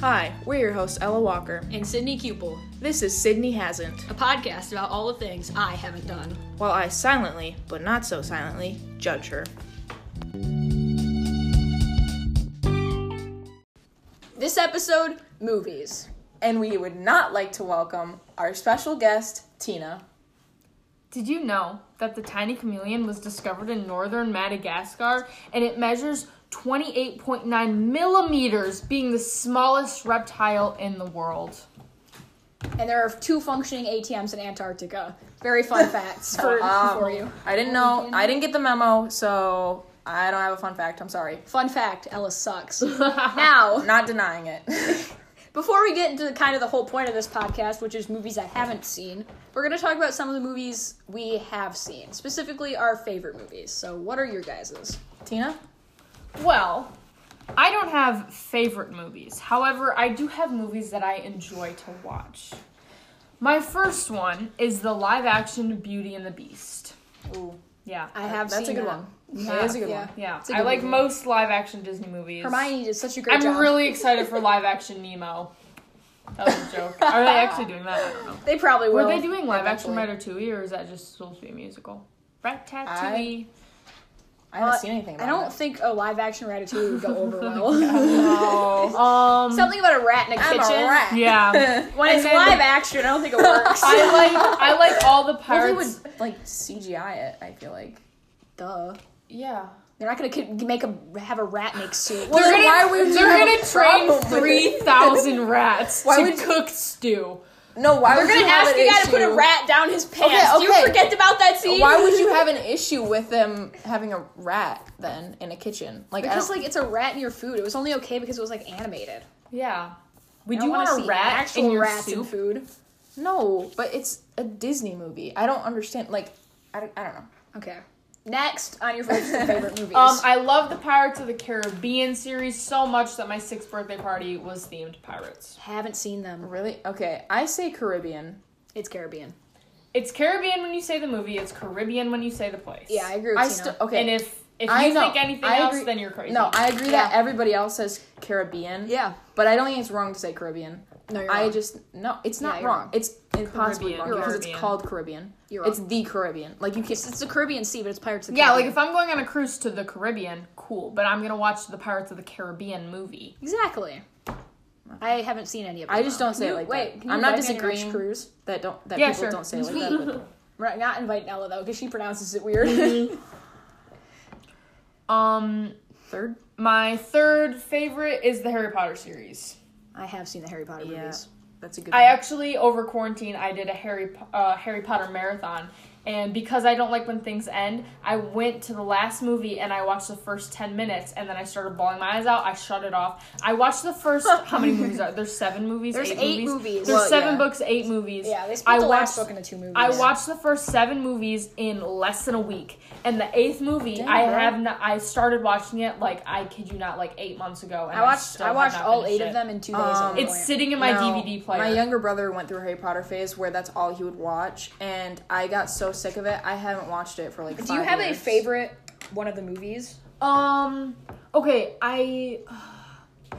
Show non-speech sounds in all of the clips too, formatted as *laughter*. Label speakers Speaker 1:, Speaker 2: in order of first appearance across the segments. Speaker 1: Hi, we're your hosts, Ella Walker.
Speaker 2: and Sydney Cupel,
Speaker 1: This is Sydney Hasn't.
Speaker 2: a podcast about all the things I haven't done.
Speaker 1: While I silently, but not so silently, judge her.
Speaker 2: This episode, movies.
Speaker 1: And we would not like to welcome our special guest, Tina.
Speaker 3: Did you know that the tiny chameleon was discovered in northern Madagascar and it measures 28.9 millimeters, being the smallest reptile in the world?
Speaker 2: And there are two functioning ATMs in Antarctica. Very *laughs* fun facts for, for you.
Speaker 1: Um, I didn't know, I didn't get the memo, so I don't have a fun fact. I'm sorry.
Speaker 2: Fun fact, Ella sucks. now,
Speaker 1: Not denying it. *laughs*
Speaker 2: before we get into the, kind of the whole point of this podcast, which is movies I haven't seen, we're going to talk about some of the movies we have seen, specifically our favorite movies. So, what are your guys's?
Speaker 1: Tina?
Speaker 3: Well, I don't have favorite movies. However, I do have movies that I enjoy to watch. My first one is the live action Beauty and the Beast.
Speaker 1: Ooh.
Speaker 3: Yeah.
Speaker 2: I have
Speaker 1: That's a
Speaker 2: seen
Speaker 1: good
Speaker 2: that.
Speaker 1: one. That is a good
Speaker 2: Yeah.
Speaker 1: one.
Speaker 3: Yeah.
Speaker 2: a
Speaker 3: I
Speaker 2: good
Speaker 3: like
Speaker 2: movie.
Speaker 3: most live action Disney movies.
Speaker 2: Hermione did such a great
Speaker 3: I'm
Speaker 2: job.
Speaker 3: really excited for live action Nemo. That was
Speaker 2: *laughs*
Speaker 3: a joke. Are they actually doing that? I don't know.
Speaker 2: They probably will.
Speaker 3: Were they doing live action
Speaker 2: eventually.
Speaker 3: Ratatouille, or is that just supposed to be a musical? Ratatouille.
Speaker 1: I haven't
Speaker 2: Uh,
Speaker 1: seen anything
Speaker 2: I
Speaker 1: about
Speaker 2: don't
Speaker 1: it.
Speaker 2: think a live action Ratatouille would
Speaker 1: *laughs*
Speaker 2: go over well. *laughs*
Speaker 1: No.
Speaker 3: Um.
Speaker 2: Something about a rat in a
Speaker 1: I'm
Speaker 2: kitchen.
Speaker 1: a rat. *laughs*
Speaker 3: Yeah.
Speaker 2: When it's
Speaker 3: And then-
Speaker 2: live action, I don't *laughs* think it works.
Speaker 3: I like I like all the
Speaker 1: Well, they
Speaker 3: parts.
Speaker 1: would, like, CGI it, I feel like.
Speaker 2: Duh.
Speaker 3: Yeah.
Speaker 2: They're not gonna ki- make a have a rat make soup.
Speaker 1: Well,
Speaker 3: they're
Speaker 1: then
Speaker 3: gonna,
Speaker 1: why would you
Speaker 3: they're
Speaker 1: have
Speaker 3: gonna
Speaker 1: a problem
Speaker 3: train
Speaker 1: with it?
Speaker 3: three
Speaker 1: *laughs*
Speaker 3: thousand rats
Speaker 1: Why
Speaker 3: to
Speaker 1: would you-
Speaker 3: cook stew.
Speaker 1: No, why
Speaker 2: They're
Speaker 1: would you
Speaker 2: gonna
Speaker 1: have
Speaker 2: ask
Speaker 1: an
Speaker 2: the guy to put a
Speaker 1: issue?
Speaker 2: rat down his pants.
Speaker 1: Okay,
Speaker 2: You
Speaker 1: okay.
Speaker 2: forget about that scene?
Speaker 1: Why
Speaker 2: *laughs*
Speaker 1: would you have an issue with them having a rat then in a kitchen? Like, I
Speaker 2: Because
Speaker 1: don't-
Speaker 2: like it's a rat in your food. It was only okay because it was like animated.
Speaker 3: Yeah.
Speaker 2: I
Speaker 3: Would
Speaker 2: don't
Speaker 3: you want
Speaker 2: wanna
Speaker 3: a
Speaker 2: see
Speaker 3: rat
Speaker 2: actual
Speaker 3: in your
Speaker 2: rats in
Speaker 3: soup?
Speaker 2: food?
Speaker 1: no, but it's a Disney movie. I don't understand. Like, I don't, I don't know.
Speaker 2: Okay. Next on your first *laughs* favorite movies.
Speaker 3: Um, I love the Pirates of the Caribbean series so much that my sixth birthday party was themed pirates.
Speaker 2: haven't seen them.
Speaker 1: Really? Okay, I say Caribbean.
Speaker 2: It's Caribbean.
Speaker 3: It's Caribbean when you say the movie. It's Caribbean when you say the place.
Speaker 2: Yeah, I agree with
Speaker 1: I
Speaker 2: Tina.
Speaker 1: still okay.
Speaker 3: And if if you
Speaker 1: I know.
Speaker 3: think anything
Speaker 1: I
Speaker 3: else,
Speaker 1: agree-
Speaker 3: then you're crazy.
Speaker 1: no, I agree that
Speaker 2: Yeah.
Speaker 1: everybody else says Caribbean.
Speaker 2: Yeah.
Speaker 1: But I don't think it's wrong to say Caribbean.
Speaker 2: No, you're
Speaker 1: I
Speaker 2: wrong.
Speaker 1: just no, it's not
Speaker 2: Yeah, you're
Speaker 1: wrong.
Speaker 2: wrong.
Speaker 1: It's impossibly wrong
Speaker 3: Caribbean.
Speaker 1: because it's
Speaker 3: Caribbean.
Speaker 1: called Caribbean.
Speaker 2: You're
Speaker 1: it's
Speaker 2: wrong.
Speaker 1: the Caribbean. Like you can't.
Speaker 2: It's, it's the Caribbean Sea, but it's Pirates of the
Speaker 3: yeah, like
Speaker 2: Caribbean.
Speaker 3: if I'm going on a cruise to the Caribbean, cool. But I'm gonna watch the Pirates of the Caribbean movie.
Speaker 2: Exactly. I haven't seen any of them.
Speaker 1: I just don't say it
Speaker 2: You-
Speaker 1: like
Speaker 2: wait,
Speaker 1: that.
Speaker 2: can you
Speaker 1: I'm not
Speaker 2: invite me on your next
Speaker 1: disagreeing
Speaker 2: Cruise.
Speaker 1: that don't that
Speaker 3: Yeah,
Speaker 1: people
Speaker 3: sure.
Speaker 1: don't say it like that. but-
Speaker 2: We're not- not inviting Ella though, because she pronounces it weird.
Speaker 3: Um,
Speaker 1: Third.
Speaker 3: my third favorite is the Harry Potter series.
Speaker 2: *laughs* I have seen the Harry Potter
Speaker 1: Yeah.
Speaker 2: movies.
Speaker 1: That's a good.
Speaker 3: I actually over quarantine I did a Harry Po- uh, Harry Potter marathon, and because I don't like when things end, I went to the last movie and I watched the first ten minutes, and then I started bawling my eyes out. I shut it off. I watched the first how many movies are there's seven movies.
Speaker 2: There's eight movies.
Speaker 3: There's
Speaker 1: Well,
Speaker 3: seven
Speaker 1: yeah.
Speaker 3: books, eight movies.
Speaker 2: Yeah, they split
Speaker 3: I
Speaker 2: the last
Speaker 3: watched.
Speaker 2: book into two movies.
Speaker 3: I watched the first seven movies in less than a week, and the eighth movie
Speaker 1: Damn,
Speaker 3: I
Speaker 1: bro.
Speaker 3: have not. I started watching it like I kid you not, like eight months ago. And
Speaker 2: I watched.
Speaker 3: still
Speaker 2: I
Speaker 3: have
Speaker 2: watched
Speaker 3: not
Speaker 2: all
Speaker 3: finished
Speaker 2: eight
Speaker 3: it.
Speaker 2: of them in two days.
Speaker 1: Um,
Speaker 2: at one
Speaker 3: It's
Speaker 2: point.
Speaker 3: sitting in my
Speaker 1: No,
Speaker 3: DVD player.
Speaker 1: My younger brother went through a Harry Potter phase where that's all he would watch, and I got so sick of it. I haven't watched it for like.
Speaker 2: Do you have a favorite one of the movies?
Speaker 3: Um. Okay. I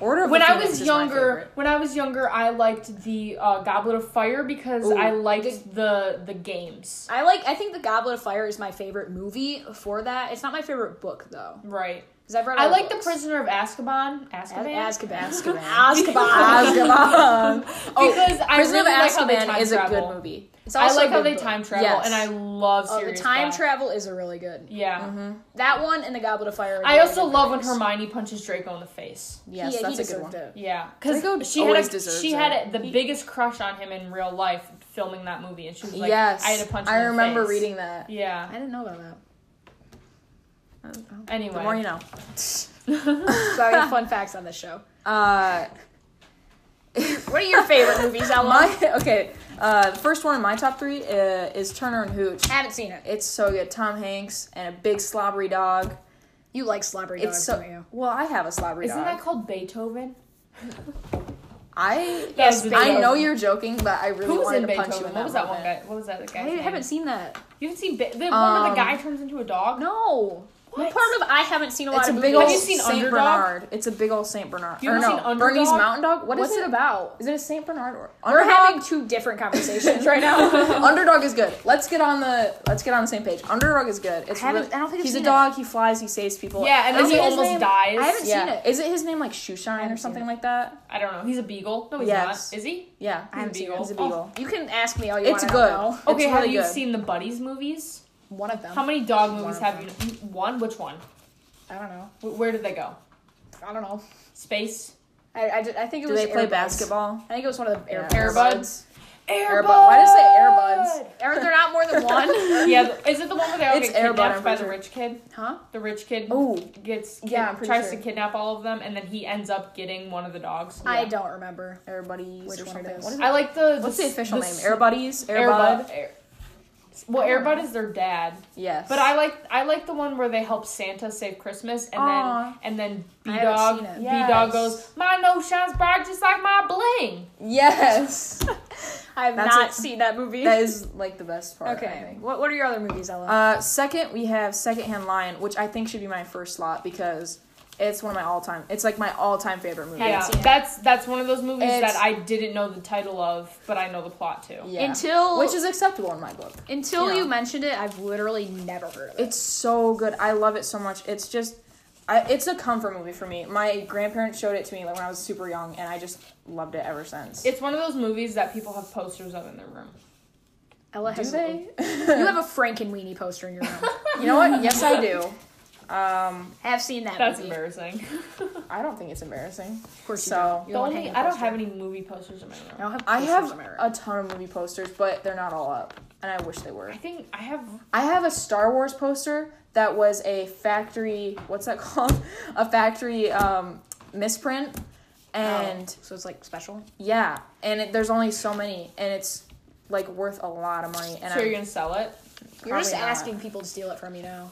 Speaker 1: Order of
Speaker 3: when
Speaker 1: the
Speaker 3: I
Speaker 1: Phoenix
Speaker 3: was
Speaker 1: is my
Speaker 3: younger, *laughs*
Speaker 1: favorite.
Speaker 3: when I was younger, I liked the uh, Goblet of Fire because
Speaker 1: Ooh.
Speaker 3: I liked the the games.
Speaker 2: I like. I think the Goblet of Fire is my favorite movie. For that, it's not my favorite book though,
Speaker 3: Right.
Speaker 2: because I've read.
Speaker 3: I
Speaker 2: all
Speaker 3: like the
Speaker 2: books.
Speaker 3: Prisoner of Azkaban. Azkaban.
Speaker 2: Azkaban.
Speaker 1: Azkaban.
Speaker 2: Azkaban.
Speaker 1: Azkaban. Oh,
Speaker 3: Because *laughs* I
Speaker 1: Prisoner
Speaker 3: really
Speaker 1: of
Speaker 3: like how they
Speaker 1: Azkaban
Speaker 3: time
Speaker 1: is a good
Speaker 3: travel.
Speaker 1: movie.
Speaker 2: It's
Speaker 3: I
Speaker 2: also
Speaker 3: like
Speaker 2: a
Speaker 3: how
Speaker 2: good
Speaker 3: they
Speaker 2: book.
Speaker 3: time travel,
Speaker 1: Yes.
Speaker 3: and I love
Speaker 2: Oh, the
Speaker 3: serious
Speaker 2: time
Speaker 3: stuff.
Speaker 2: travel is a really good.
Speaker 3: Yeah.
Speaker 1: Mm-hmm.
Speaker 2: That one and the Goblet of Fire. are
Speaker 3: I
Speaker 2: really
Speaker 3: also
Speaker 2: good
Speaker 3: love when
Speaker 2: movies.
Speaker 3: Hermione punches Draco in the face.
Speaker 1: Yes,
Speaker 2: he,
Speaker 1: that's
Speaker 2: he
Speaker 1: a good
Speaker 2: deserved
Speaker 1: one.
Speaker 2: It.
Speaker 3: Yeah, because
Speaker 1: Draco
Speaker 3: she had
Speaker 1: always
Speaker 3: a,
Speaker 1: deserves
Speaker 3: she
Speaker 1: it.
Speaker 3: had a, the biggest crush on him in real life, filming that movie, and she was like,
Speaker 1: yes,
Speaker 3: "I had to punch." him
Speaker 1: I
Speaker 3: in the
Speaker 1: remember
Speaker 3: face.
Speaker 1: reading that.
Speaker 2: I
Speaker 3: Yeah.
Speaker 2: didn't know about that.
Speaker 3: Anyway,
Speaker 1: The more you know.
Speaker 2: Sorry, fun facts on this show.
Speaker 1: Uh,
Speaker 2: What are
Speaker 1: *laughs*
Speaker 2: your favorite movies, Ella?
Speaker 1: my okay. Uh, the first one in my top three uh, is Turner and Hooch.
Speaker 2: Haven't seen it.
Speaker 1: It's so good. Tom Hanks and a big slobbery dog.
Speaker 2: You like slobbery dogs,
Speaker 1: It's so
Speaker 2: don't you?
Speaker 1: well. I have a slobbery
Speaker 3: Isn't
Speaker 1: dog.
Speaker 3: that called Beethoven?
Speaker 1: I
Speaker 2: Yes,
Speaker 3: That was
Speaker 1: I
Speaker 2: Beethoven.
Speaker 1: know you're joking, but I really
Speaker 3: Who was
Speaker 1: wanted
Speaker 3: in
Speaker 1: to punch you
Speaker 3: Beethoven?
Speaker 1: in
Speaker 3: What was that one
Speaker 1: moment.
Speaker 3: guy? What was that
Speaker 2: I
Speaker 3: guy?
Speaker 2: haven't seen that.
Speaker 3: You haven't seen Be- the one where
Speaker 1: Um,
Speaker 3: *laughs* the guy turns into a dog?
Speaker 2: No. What part of I haven't seen a lot
Speaker 1: It's a
Speaker 2: of
Speaker 1: big
Speaker 2: movies?
Speaker 1: old
Speaker 3: Have you seen
Speaker 1: Saint
Speaker 3: Underdog?
Speaker 1: Bernard. It's a big old Saint Bernard.
Speaker 3: You
Speaker 1: or
Speaker 3: ever
Speaker 1: no,
Speaker 3: seen Underdog?
Speaker 1: Bernie's Mountain Dog. What is
Speaker 2: What's
Speaker 1: it
Speaker 2: it about?
Speaker 1: Is it a Saint Bernard or
Speaker 2: We're
Speaker 1: Underdog?
Speaker 2: having two different conversations
Speaker 3: *laughs*
Speaker 1: *laughs*
Speaker 2: right now.
Speaker 1: Underdog is good. Let's get on the let's get on the same page. Underdog is good. It's
Speaker 2: I haven't-
Speaker 1: really-
Speaker 2: I don't think I've
Speaker 1: he's
Speaker 2: seen
Speaker 1: a dog. He flies. He saves people.
Speaker 3: Yeah, and then
Speaker 1: Isn't
Speaker 3: he
Speaker 1: his
Speaker 3: almost
Speaker 1: name-
Speaker 3: dies.
Speaker 2: I haven't-
Speaker 1: Yeah,
Speaker 2: seen it.
Speaker 1: is it his name like Shoeshine or
Speaker 2: haven't
Speaker 1: something
Speaker 2: seen
Speaker 1: like that?
Speaker 3: I don't know. He's a beagle. No, he's
Speaker 1: Yes.
Speaker 3: not. Is he?
Speaker 1: Yeah,
Speaker 2: I haven't seen it.
Speaker 1: he's a
Speaker 3: Oh.
Speaker 1: beagle.
Speaker 2: You can ask me all you
Speaker 1: It's
Speaker 2: want. I
Speaker 1: good.
Speaker 2: don't know.
Speaker 3: Okay,
Speaker 1: It's
Speaker 3: have
Speaker 1: really
Speaker 3: you
Speaker 1: good. Um,
Speaker 3: seen the Buddies movies?
Speaker 2: One of them.
Speaker 3: How many dog
Speaker 2: One
Speaker 3: movies
Speaker 2: of
Speaker 3: have you? One? Which one?
Speaker 2: I don't know.
Speaker 3: Wh- Where did they go?
Speaker 2: I don't know.
Speaker 3: Space?
Speaker 2: I, I, did- I think it
Speaker 1: Do
Speaker 2: was.
Speaker 1: they play
Speaker 2: Airbuds.
Speaker 1: basketball?
Speaker 2: I think it was one of the
Speaker 1: Yeah.
Speaker 2: Airbuds.
Speaker 3: Airbuds?
Speaker 1: Airbud. Why does it say
Speaker 3: Airbud?
Speaker 2: Aren't there not more than one?
Speaker 3: *laughs* yeah, th- is it the one where they all
Speaker 1: It's
Speaker 3: get
Speaker 1: Airbud,
Speaker 3: kidnapped
Speaker 1: I'm
Speaker 3: by
Speaker 1: pretty
Speaker 3: the
Speaker 1: sure.
Speaker 3: rich kid?
Speaker 2: huh?
Speaker 3: The rich kid
Speaker 1: Ooh.
Speaker 3: gets
Speaker 1: Yeah, I'm pretty
Speaker 3: tries
Speaker 1: sure.
Speaker 3: to kidnap all of them, and then he ends up getting one of the dogs.
Speaker 2: I don't remember.
Speaker 1: Everybody's
Speaker 2: Which
Speaker 1: or
Speaker 2: one it
Speaker 1: something.
Speaker 2: is?
Speaker 1: What
Speaker 3: I like the.
Speaker 1: What's the
Speaker 3: the-
Speaker 1: official
Speaker 3: the
Speaker 1: name?
Speaker 3: s-
Speaker 1: Airbuddies? Airbud?
Speaker 3: Airbud. Air- well, Airbud is their dad.
Speaker 1: Yes.
Speaker 3: But *laughs* I like I like the one where they help Santa save Christmas, and
Speaker 1: Aw.
Speaker 3: then and then B
Speaker 2: I haven't
Speaker 3: Dog
Speaker 2: seen it.
Speaker 3: B
Speaker 1: Yes.
Speaker 3: Dog goes, my nose shines bright just like my bling.
Speaker 1: Yes.
Speaker 2: *laughs* I have
Speaker 1: That's
Speaker 2: not
Speaker 1: it.
Speaker 2: seen that movie.
Speaker 1: that is like the best part. I
Speaker 2: okay.
Speaker 1: think.
Speaker 2: What What are your other movies, Ella?
Speaker 1: Uh, second, we have Secondhand Lion, which I think should be my first slot because it's one of my all-time. It's like my all-time favorite movie.
Speaker 2: Haven't
Speaker 3: Yeah,
Speaker 2: seen it.
Speaker 3: that's that's one of those movies
Speaker 1: It's-
Speaker 3: that I didn't know the title of, but I know the plot to.
Speaker 1: Yeah.
Speaker 2: Until
Speaker 1: which is acceptable in my book.
Speaker 2: until
Speaker 1: yeah.
Speaker 2: you mentioned it, I've literally never heard of it.
Speaker 1: It's so good. I love it so much. It's just, I, it's a comfort movie for me. My grandparents showed it to me like when I was super young, and I just loved it ever since.
Speaker 3: It's one of those movies that people have posters of in their room.
Speaker 2: Ella
Speaker 1: Do
Speaker 2: has.
Speaker 1: they? *laughs*
Speaker 2: You have a Frank and Weenie poster in your room.
Speaker 1: you know what? Yes, I do. Um,
Speaker 2: I have seen that.
Speaker 3: That's
Speaker 2: movie.
Speaker 3: embarrassing.
Speaker 1: I don't think it's embarrassing.
Speaker 2: Of course, you
Speaker 1: So-
Speaker 2: don't.
Speaker 3: *laughs* The
Speaker 2: You're one
Speaker 3: only
Speaker 2: hanging
Speaker 3: I don't
Speaker 2: poster.
Speaker 3: have any movie posters in my
Speaker 2: I
Speaker 3: room.
Speaker 2: don't have.
Speaker 1: I
Speaker 2: posters
Speaker 1: have
Speaker 2: in my room.
Speaker 1: a ton of movie posters, but they're not all up, and I wish they were.
Speaker 3: I think I have.
Speaker 1: I have a Star Wars poster that was a factory. What's that *laughs* called? a factory um, misprint, and
Speaker 2: Oh, so it's like special.
Speaker 1: yeah, and it, there's only so many, and it's like worth a lot of money. And
Speaker 3: so you're
Speaker 1: I'm,
Speaker 3: gonna sell it?
Speaker 2: You're just
Speaker 1: Probably not.
Speaker 2: asking people to steal it from
Speaker 1: *laughs*
Speaker 2: you now.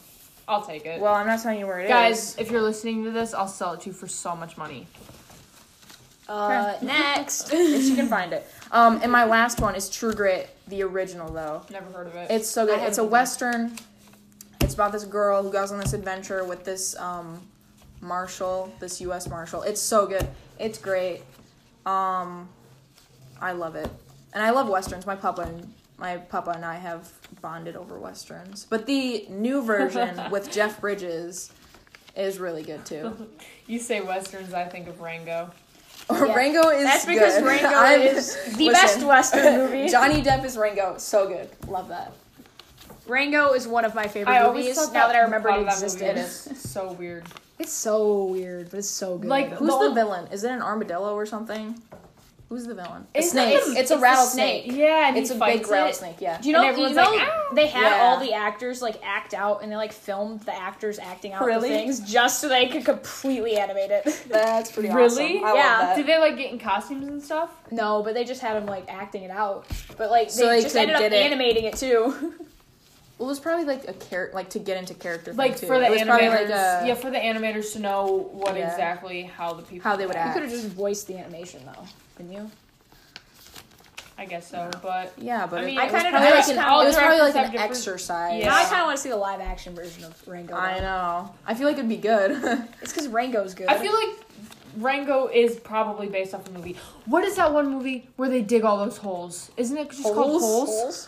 Speaker 3: I'll take it.
Speaker 1: well, I'm not telling you where it is.
Speaker 3: Guys, if you're listening to this, I'll sell it to you for so much money.
Speaker 2: Uh,
Speaker 1: *laughs*
Speaker 2: next.
Speaker 1: if you can find it. Um, and my last one is True Grit, the original though.
Speaker 3: Never heard of it.
Speaker 1: It's so
Speaker 2: I
Speaker 1: good.
Speaker 2: haven't
Speaker 1: It's a
Speaker 2: either.
Speaker 1: western. It's about this girl who goes on this adventure with this um, marshal, this U.S. marshal. It's so good. It's great. Um, I love it, and I love westerns. My papa and my papa and I have bonded over westerns. But the new
Speaker 2: *laughs*
Speaker 1: version with Jeff Bridges is really good too.
Speaker 3: you say westerns, I think of Rango.
Speaker 2: Yeah.
Speaker 1: Rango is
Speaker 2: That's because
Speaker 1: good. *laughs*
Speaker 2: Rango
Speaker 1: I'm-
Speaker 2: is the best
Speaker 1: Listen. *laughs*
Speaker 2: Western movie.
Speaker 1: Johnny Depp is Rango. So good. Love that.
Speaker 2: Rango is one of my favorite movies.
Speaker 3: thought
Speaker 2: Now that I remember
Speaker 3: thought
Speaker 2: it
Speaker 3: of that movie
Speaker 2: existed,
Speaker 3: was *laughs* so weird.
Speaker 2: it's so weird, but it's so good.
Speaker 3: Like,
Speaker 1: Who's
Speaker 3: The
Speaker 1: the,
Speaker 3: on-
Speaker 1: villain? Is it an armadillo or something? Who's the villain? A
Speaker 3: It's
Speaker 1: snake.
Speaker 3: like
Speaker 1: it's a
Speaker 3: a-
Speaker 2: it's a
Speaker 1: rattlesnake.
Speaker 2: snake.
Speaker 3: Yeah, and
Speaker 1: It's
Speaker 3: he
Speaker 1: a
Speaker 3: fights
Speaker 1: big
Speaker 3: it.
Speaker 1: rattlesnake. Yeah.
Speaker 2: do you know?
Speaker 3: and
Speaker 2: You
Speaker 3: everyone's
Speaker 2: know
Speaker 3: like, "Ah."
Speaker 2: they had
Speaker 1: Yeah.
Speaker 2: all the actors like act out, and they like filmed the actors acting out
Speaker 1: Really?
Speaker 2: the things just so they could completely animate it. *laughs*
Speaker 1: That's pretty
Speaker 3: Really?
Speaker 1: awesome. I
Speaker 2: Yeah.
Speaker 1: Love that.
Speaker 3: Did they like get in costumes and stuff?
Speaker 2: no, but they just had them like acting it out. But like they
Speaker 1: So they
Speaker 2: just
Speaker 1: could
Speaker 2: ended up
Speaker 1: get it.
Speaker 2: animating it too. *laughs*
Speaker 1: Well, it was probably like a character, like to get into character. thing,
Speaker 3: Like
Speaker 1: too.
Speaker 3: for the
Speaker 1: it was probably
Speaker 3: animators,
Speaker 1: like a
Speaker 3: yeah, for the animators to know what
Speaker 1: Yeah.
Speaker 3: exactly how the people
Speaker 1: how they would
Speaker 2: you
Speaker 1: act.
Speaker 2: could have just voiced the animation though, couldn't you?
Speaker 3: I guess so, but
Speaker 1: Yeah, but
Speaker 3: I mean,
Speaker 1: it,
Speaker 3: I
Speaker 1: was
Speaker 3: kinda
Speaker 1: probably
Speaker 2: know
Speaker 1: like
Speaker 2: it's
Speaker 1: an,
Speaker 2: kinda-
Speaker 1: it was
Speaker 3: all
Speaker 1: probably like
Speaker 3: directors
Speaker 1: an
Speaker 3: have different-
Speaker 1: exercise.
Speaker 3: Yeah.
Speaker 2: Now I kind of want to see the live action version of Rango. though.
Speaker 1: I know. I feel like it'd be good. *laughs*
Speaker 2: It's because Rango's good.
Speaker 3: I feel like Rango is probably based off a movie. What is that one movie where they dig all those holes? Isn't it just called Holes?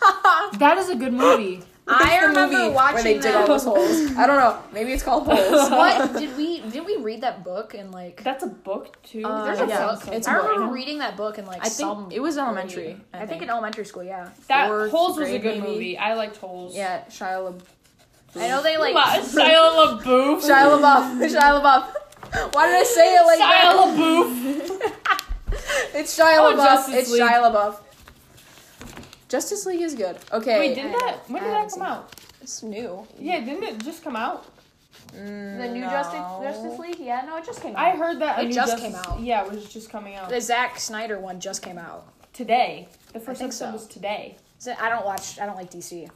Speaker 3: That is a good movie.
Speaker 2: I
Speaker 1: It's the
Speaker 2: remember
Speaker 1: movie
Speaker 2: watching
Speaker 1: where they
Speaker 2: that.
Speaker 1: dig *laughs* all those holes. I don't know. Maybe it's
Speaker 3: *laughs*
Speaker 1: called holes.
Speaker 2: what did we did we read that book and like
Speaker 3: *gasps* That's a book too.
Speaker 1: Uh,
Speaker 2: there's a
Speaker 1: yeah,
Speaker 2: book.
Speaker 1: it's
Speaker 2: I
Speaker 1: a book.
Speaker 2: remember reading that book in like
Speaker 1: I
Speaker 2: some
Speaker 1: think it was elementary.
Speaker 3: grade.
Speaker 2: I, think. in elementary school, yeah.
Speaker 3: that
Speaker 1: fourth
Speaker 3: Holes was a
Speaker 1: grade,
Speaker 3: good
Speaker 1: maybe.
Speaker 3: movie. I liked Holes.
Speaker 1: Yeah, Shia LaBeouf.
Speaker 2: I know they like *laughs*
Speaker 3: Ma- Shia LaBeouf.
Speaker 1: Shia LaBeouf. Shia LaBeouf. Why did I say it like that? *laughs*
Speaker 3: Shia LaBeouf.
Speaker 1: It's Shia
Speaker 3: Oh,
Speaker 1: LaBeouf.
Speaker 3: Justice
Speaker 1: It's
Speaker 3: League.
Speaker 1: Shia LaBeouf. Justice League is good. Okay.
Speaker 3: Wait, didn't
Speaker 2: I
Speaker 3: that? When
Speaker 2: I
Speaker 3: did
Speaker 2: haven't
Speaker 3: that
Speaker 2: seen
Speaker 3: come out?
Speaker 2: it's new.
Speaker 3: Yeah, didn't it just come out?
Speaker 2: The new Justice Justice League, yeah, no, it just came out.
Speaker 3: I heard that a
Speaker 2: It
Speaker 3: new
Speaker 2: just
Speaker 3: Justice-
Speaker 2: came out.
Speaker 3: Yeah, it was just coming out
Speaker 2: the Zack Snyder one just came out.
Speaker 3: today. The first
Speaker 2: think
Speaker 3: episode
Speaker 2: so.
Speaker 3: was today.
Speaker 2: So I don't watch. I don't like DC.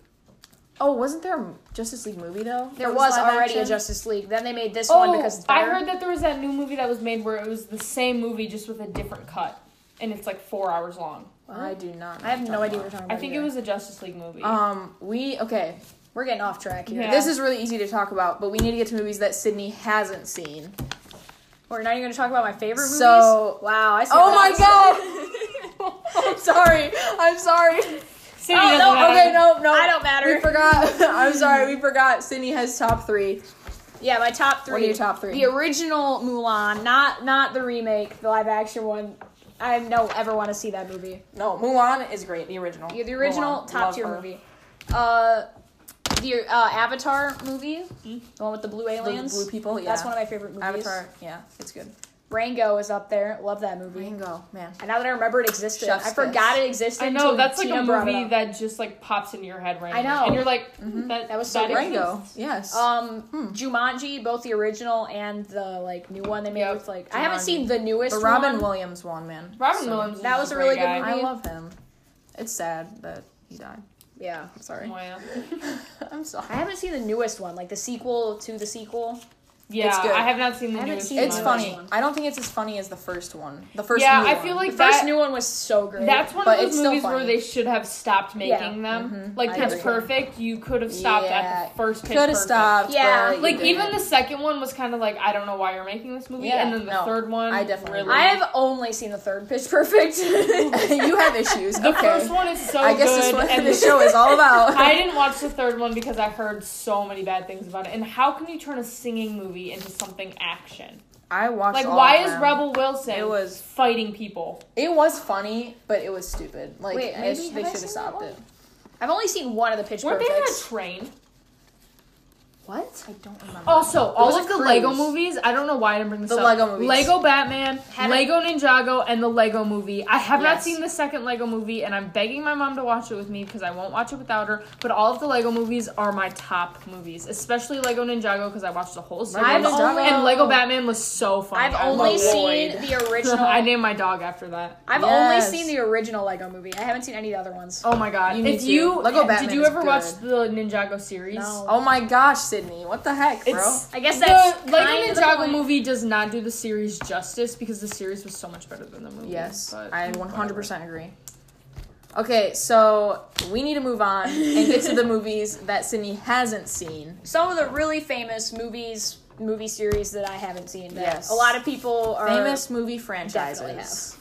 Speaker 1: Oh, wasn't there a Justice League movie though?
Speaker 2: There
Speaker 1: That
Speaker 2: was
Speaker 1: live
Speaker 2: already a
Speaker 1: action?
Speaker 2: Justice League. Then they made this
Speaker 3: Oh,
Speaker 2: one because it's
Speaker 3: I
Speaker 2: better.
Speaker 3: heard that there was that new movie that was made where it was the same movie just with a different cut, and it's like four hours long.
Speaker 1: I do not. know
Speaker 2: I have
Speaker 1: what
Speaker 2: no
Speaker 1: you're talking
Speaker 2: idea what we're talking about.
Speaker 3: I think it
Speaker 2: either.
Speaker 3: *laughs* was a Justice League movie.
Speaker 1: about. Um, we okay.
Speaker 2: We're getting off track here.
Speaker 3: Yeah.
Speaker 1: This is really easy to talk about, but we need to get to movies that Sydney hasn't seen.
Speaker 2: We're not even going to talk about my favorite movies.
Speaker 1: So-
Speaker 2: wow, I see
Speaker 1: Oh
Speaker 2: what
Speaker 1: my
Speaker 2: I'm
Speaker 1: god! *laughs* I'm sorry. I'm sorry.
Speaker 3: Sydney
Speaker 2: Oh,
Speaker 3: doesn't
Speaker 2: no,
Speaker 3: matter.
Speaker 1: Okay, no, no.
Speaker 2: I don't matter.
Speaker 1: We forgot. *laughs* I'm sorry. We forgot. Sydney has top three.
Speaker 2: Yeah, my top three.
Speaker 1: What are your top three?
Speaker 2: The original Mulan, not not the remake, the live action one. I don't ever want to see that movie.
Speaker 1: No, Mulan is great. The original.
Speaker 2: Yeah, the original
Speaker 1: Mulan.
Speaker 2: top
Speaker 1: Love
Speaker 2: tier
Speaker 1: her.
Speaker 2: movie. Uh, the uh, Avatar movie,
Speaker 3: Hmm?
Speaker 2: the one with the blue
Speaker 1: The
Speaker 2: aliens.
Speaker 1: blue people. Yeah.
Speaker 2: That's one of my favorite movies.
Speaker 1: Avatar. Yeah, it's good.
Speaker 2: Rango is up there. Love that movie.
Speaker 1: Ringo, man.
Speaker 2: And now that I remember it existed,
Speaker 1: Chef's
Speaker 2: I forgot
Speaker 1: kiss.
Speaker 2: it existed.
Speaker 3: I
Speaker 2: until
Speaker 3: know that's like
Speaker 2: Tina
Speaker 3: a
Speaker 2: brought it
Speaker 3: movie
Speaker 2: up.
Speaker 3: that just like pops into your head right
Speaker 2: I
Speaker 3: now,
Speaker 2: know. Mm-hmm.
Speaker 3: and you're like, "Mm, that,
Speaker 2: That was so good.
Speaker 1: Rango.
Speaker 3: exists.
Speaker 1: Yes.
Speaker 2: Um,
Speaker 3: Hmm.
Speaker 2: Jumanji, both the original and the like new one they made
Speaker 3: Yep.
Speaker 2: with like I haven't
Speaker 1: Jumanji.
Speaker 2: seen the newest
Speaker 1: the Robin
Speaker 2: one.
Speaker 1: Williams one, man.
Speaker 3: Robin
Speaker 1: So-
Speaker 3: Williams. is
Speaker 2: That was
Speaker 3: just
Speaker 2: a really
Speaker 3: great
Speaker 2: good
Speaker 3: guy.
Speaker 1: I
Speaker 2: movie.
Speaker 1: love him. It's sad that he died.
Speaker 2: Yeah,
Speaker 3: *laughs*
Speaker 1: Sorry.
Speaker 3: Wow.
Speaker 1: I'm sorry.
Speaker 2: I haven't seen the newest one, like the sequel to the sequel.
Speaker 3: Yeah,
Speaker 1: It's good.
Speaker 3: I have not seen
Speaker 2: I
Speaker 3: the
Speaker 2: haven't
Speaker 3: newest
Speaker 2: seen
Speaker 3: one.
Speaker 1: It's
Speaker 2: Yeah.
Speaker 1: funny.
Speaker 2: One.
Speaker 1: I don't think it's as funny as the first one. The first
Speaker 3: Yeah,
Speaker 1: new
Speaker 3: I
Speaker 1: one.
Speaker 3: feel
Speaker 2: The
Speaker 3: like
Speaker 2: first
Speaker 3: that-
Speaker 2: new one was so great.
Speaker 3: That's one
Speaker 1: But
Speaker 3: of
Speaker 1: it's
Speaker 3: those
Speaker 1: still
Speaker 3: movies where
Speaker 1: funny.
Speaker 3: they should have stopped making
Speaker 2: Yeah. Mm-hmm.
Speaker 3: them.
Speaker 1: Mhm.
Speaker 3: Like
Speaker 1: I
Speaker 3: Pitch
Speaker 1: agree.
Speaker 3: Perfect, you could have stopped at the first Pitch
Speaker 1: Could have
Speaker 3: Perfect.
Speaker 1: stopped.
Speaker 2: Yeah.
Speaker 1: but you
Speaker 3: Like
Speaker 1: didn't.
Speaker 3: even the second one was kind of like I don't know why you're making this movie,
Speaker 1: Yeah,
Speaker 3: and then the
Speaker 1: no,
Speaker 3: third one.
Speaker 1: I definitely
Speaker 3: really-
Speaker 2: I have only seen the third Pitch Perfect.
Speaker 1: *laughs*
Speaker 2: *laughs*
Speaker 1: you have issues.
Speaker 3: *laughs* the
Speaker 1: okay.
Speaker 3: first one is so
Speaker 1: I guess
Speaker 3: good,
Speaker 1: this is what
Speaker 3: and
Speaker 1: the show is all about.
Speaker 3: *laughs* I didn't watch the third one because I heard so many bad things about it. And how can you turn a singing movie into something action?
Speaker 1: I watched.
Speaker 3: Like,
Speaker 1: all
Speaker 3: why
Speaker 1: of
Speaker 3: is
Speaker 1: them.
Speaker 3: Rebel Wilson
Speaker 1: It was-
Speaker 3: fighting people?
Speaker 1: It was funny, but it was stupid. Like
Speaker 2: Wait,
Speaker 1: I-
Speaker 2: maybe have
Speaker 1: they should
Speaker 2: I seen
Speaker 1: have
Speaker 2: that
Speaker 1: stopped
Speaker 2: one?
Speaker 1: it.
Speaker 2: I've only seen one of the Pitch
Speaker 3: Weren't they on a
Speaker 2: Perfects.
Speaker 3: train?
Speaker 2: what?
Speaker 1: I don't remember.
Speaker 3: Also, all
Speaker 1: was
Speaker 3: of
Speaker 1: a
Speaker 3: the
Speaker 1: cruise.
Speaker 3: Lego movies, I don't know why I didn't bring this
Speaker 1: The
Speaker 3: up.
Speaker 1: Lego movies.
Speaker 3: Lego Batman,
Speaker 2: Had it-
Speaker 3: Lego Ninjago, and the Lego movie. I have not
Speaker 1: Yes.
Speaker 3: seen the second Lego movie, and I'm begging my mom to watch it with me because I won't watch it without her. But all of the Lego movies are my top movies, especially Lego Ninjago because I watched the whole series.
Speaker 1: I've only-
Speaker 3: and Lego Batman was so fun.
Speaker 2: I've
Speaker 3: I
Speaker 2: only
Speaker 3: loved it.
Speaker 2: seen
Speaker 1: Lloyd.
Speaker 2: the original.
Speaker 3: *laughs* I named my dog after that.
Speaker 2: I've
Speaker 1: Yes.
Speaker 2: only seen the original Lego movie. I haven't seen any of the other ones.
Speaker 3: Oh my god!
Speaker 1: You need
Speaker 3: if
Speaker 1: to.
Speaker 3: you
Speaker 1: Lego
Speaker 3: did
Speaker 1: Batman
Speaker 3: you
Speaker 1: is
Speaker 3: ever watch
Speaker 1: good.
Speaker 3: the Ninjago series?
Speaker 2: No.
Speaker 1: Oh my gosh, Sydney, what the heck, bro?
Speaker 3: It's,
Speaker 2: I guess that's
Speaker 3: the Lego
Speaker 2: kind of the
Speaker 3: Ninjago
Speaker 2: point.
Speaker 3: movie does not do the series justice because the series was so much better than the movie.
Speaker 1: yes,
Speaker 3: but
Speaker 1: I 100% agree. Okay, so we need to move
Speaker 2: *laughs*
Speaker 1: on and get to the movies that Sydney hasn't seen.
Speaker 2: Some of the really famous movies, movie series that I haven't seen. That
Speaker 1: Yes.
Speaker 2: A lot of people are
Speaker 1: Famous movie
Speaker 2: Definitely
Speaker 1: franchises.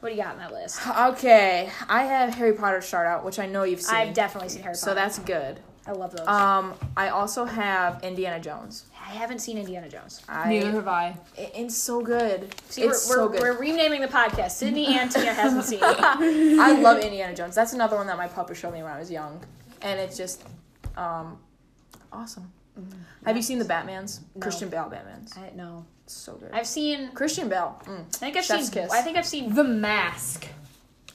Speaker 2: What do you got on that list?
Speaker 1: Okay, I have Harry Potter start out, which I know you've seen.
Speaker 2: I've definitely seen Harry Potter.
Speaker 1: so that's good.
Speaker 2: I love those.
Speaker 1: Um, I also have Indiana Jones.
Speaker 2: I haven't seen Indiana Jones.
Speaker 1: I,
Speaker 3: Neither have I.
Speaker 1: It- it's so good.
Speaker 2: See,
Speaker 1: it's
Speaker 2: we're,
Speaker 1: so
Speaker 2: we're,
Speaker 1: good.
Speaker 2: we're renaming the podcast. Sydney and Tina hasn't
Speaker 1: *laughs*
Speaker 2: seen it.
Speaker 1: I love Indiana Jones. That's another one that my papa showed me when I was young, and it's just um, awesome.
Speaker 3: Mm-hmm.
Speaker 1: Have you seen the Batman's?
Speaker 2: No.
Speaker 1: Christian Bale Batman's.
Speaker 2: I no.
Speaker 1: It's so good.
Speaker 2: I've seen.
Speaker 1: Christian Bale. Mm.
Speaker 2: I think I've
Speaker 1: Chef's
Speaker 2: seen.
Speaker 1: kiss.
Speaker 2: I think I've seen.
Speaker 3: The Mask.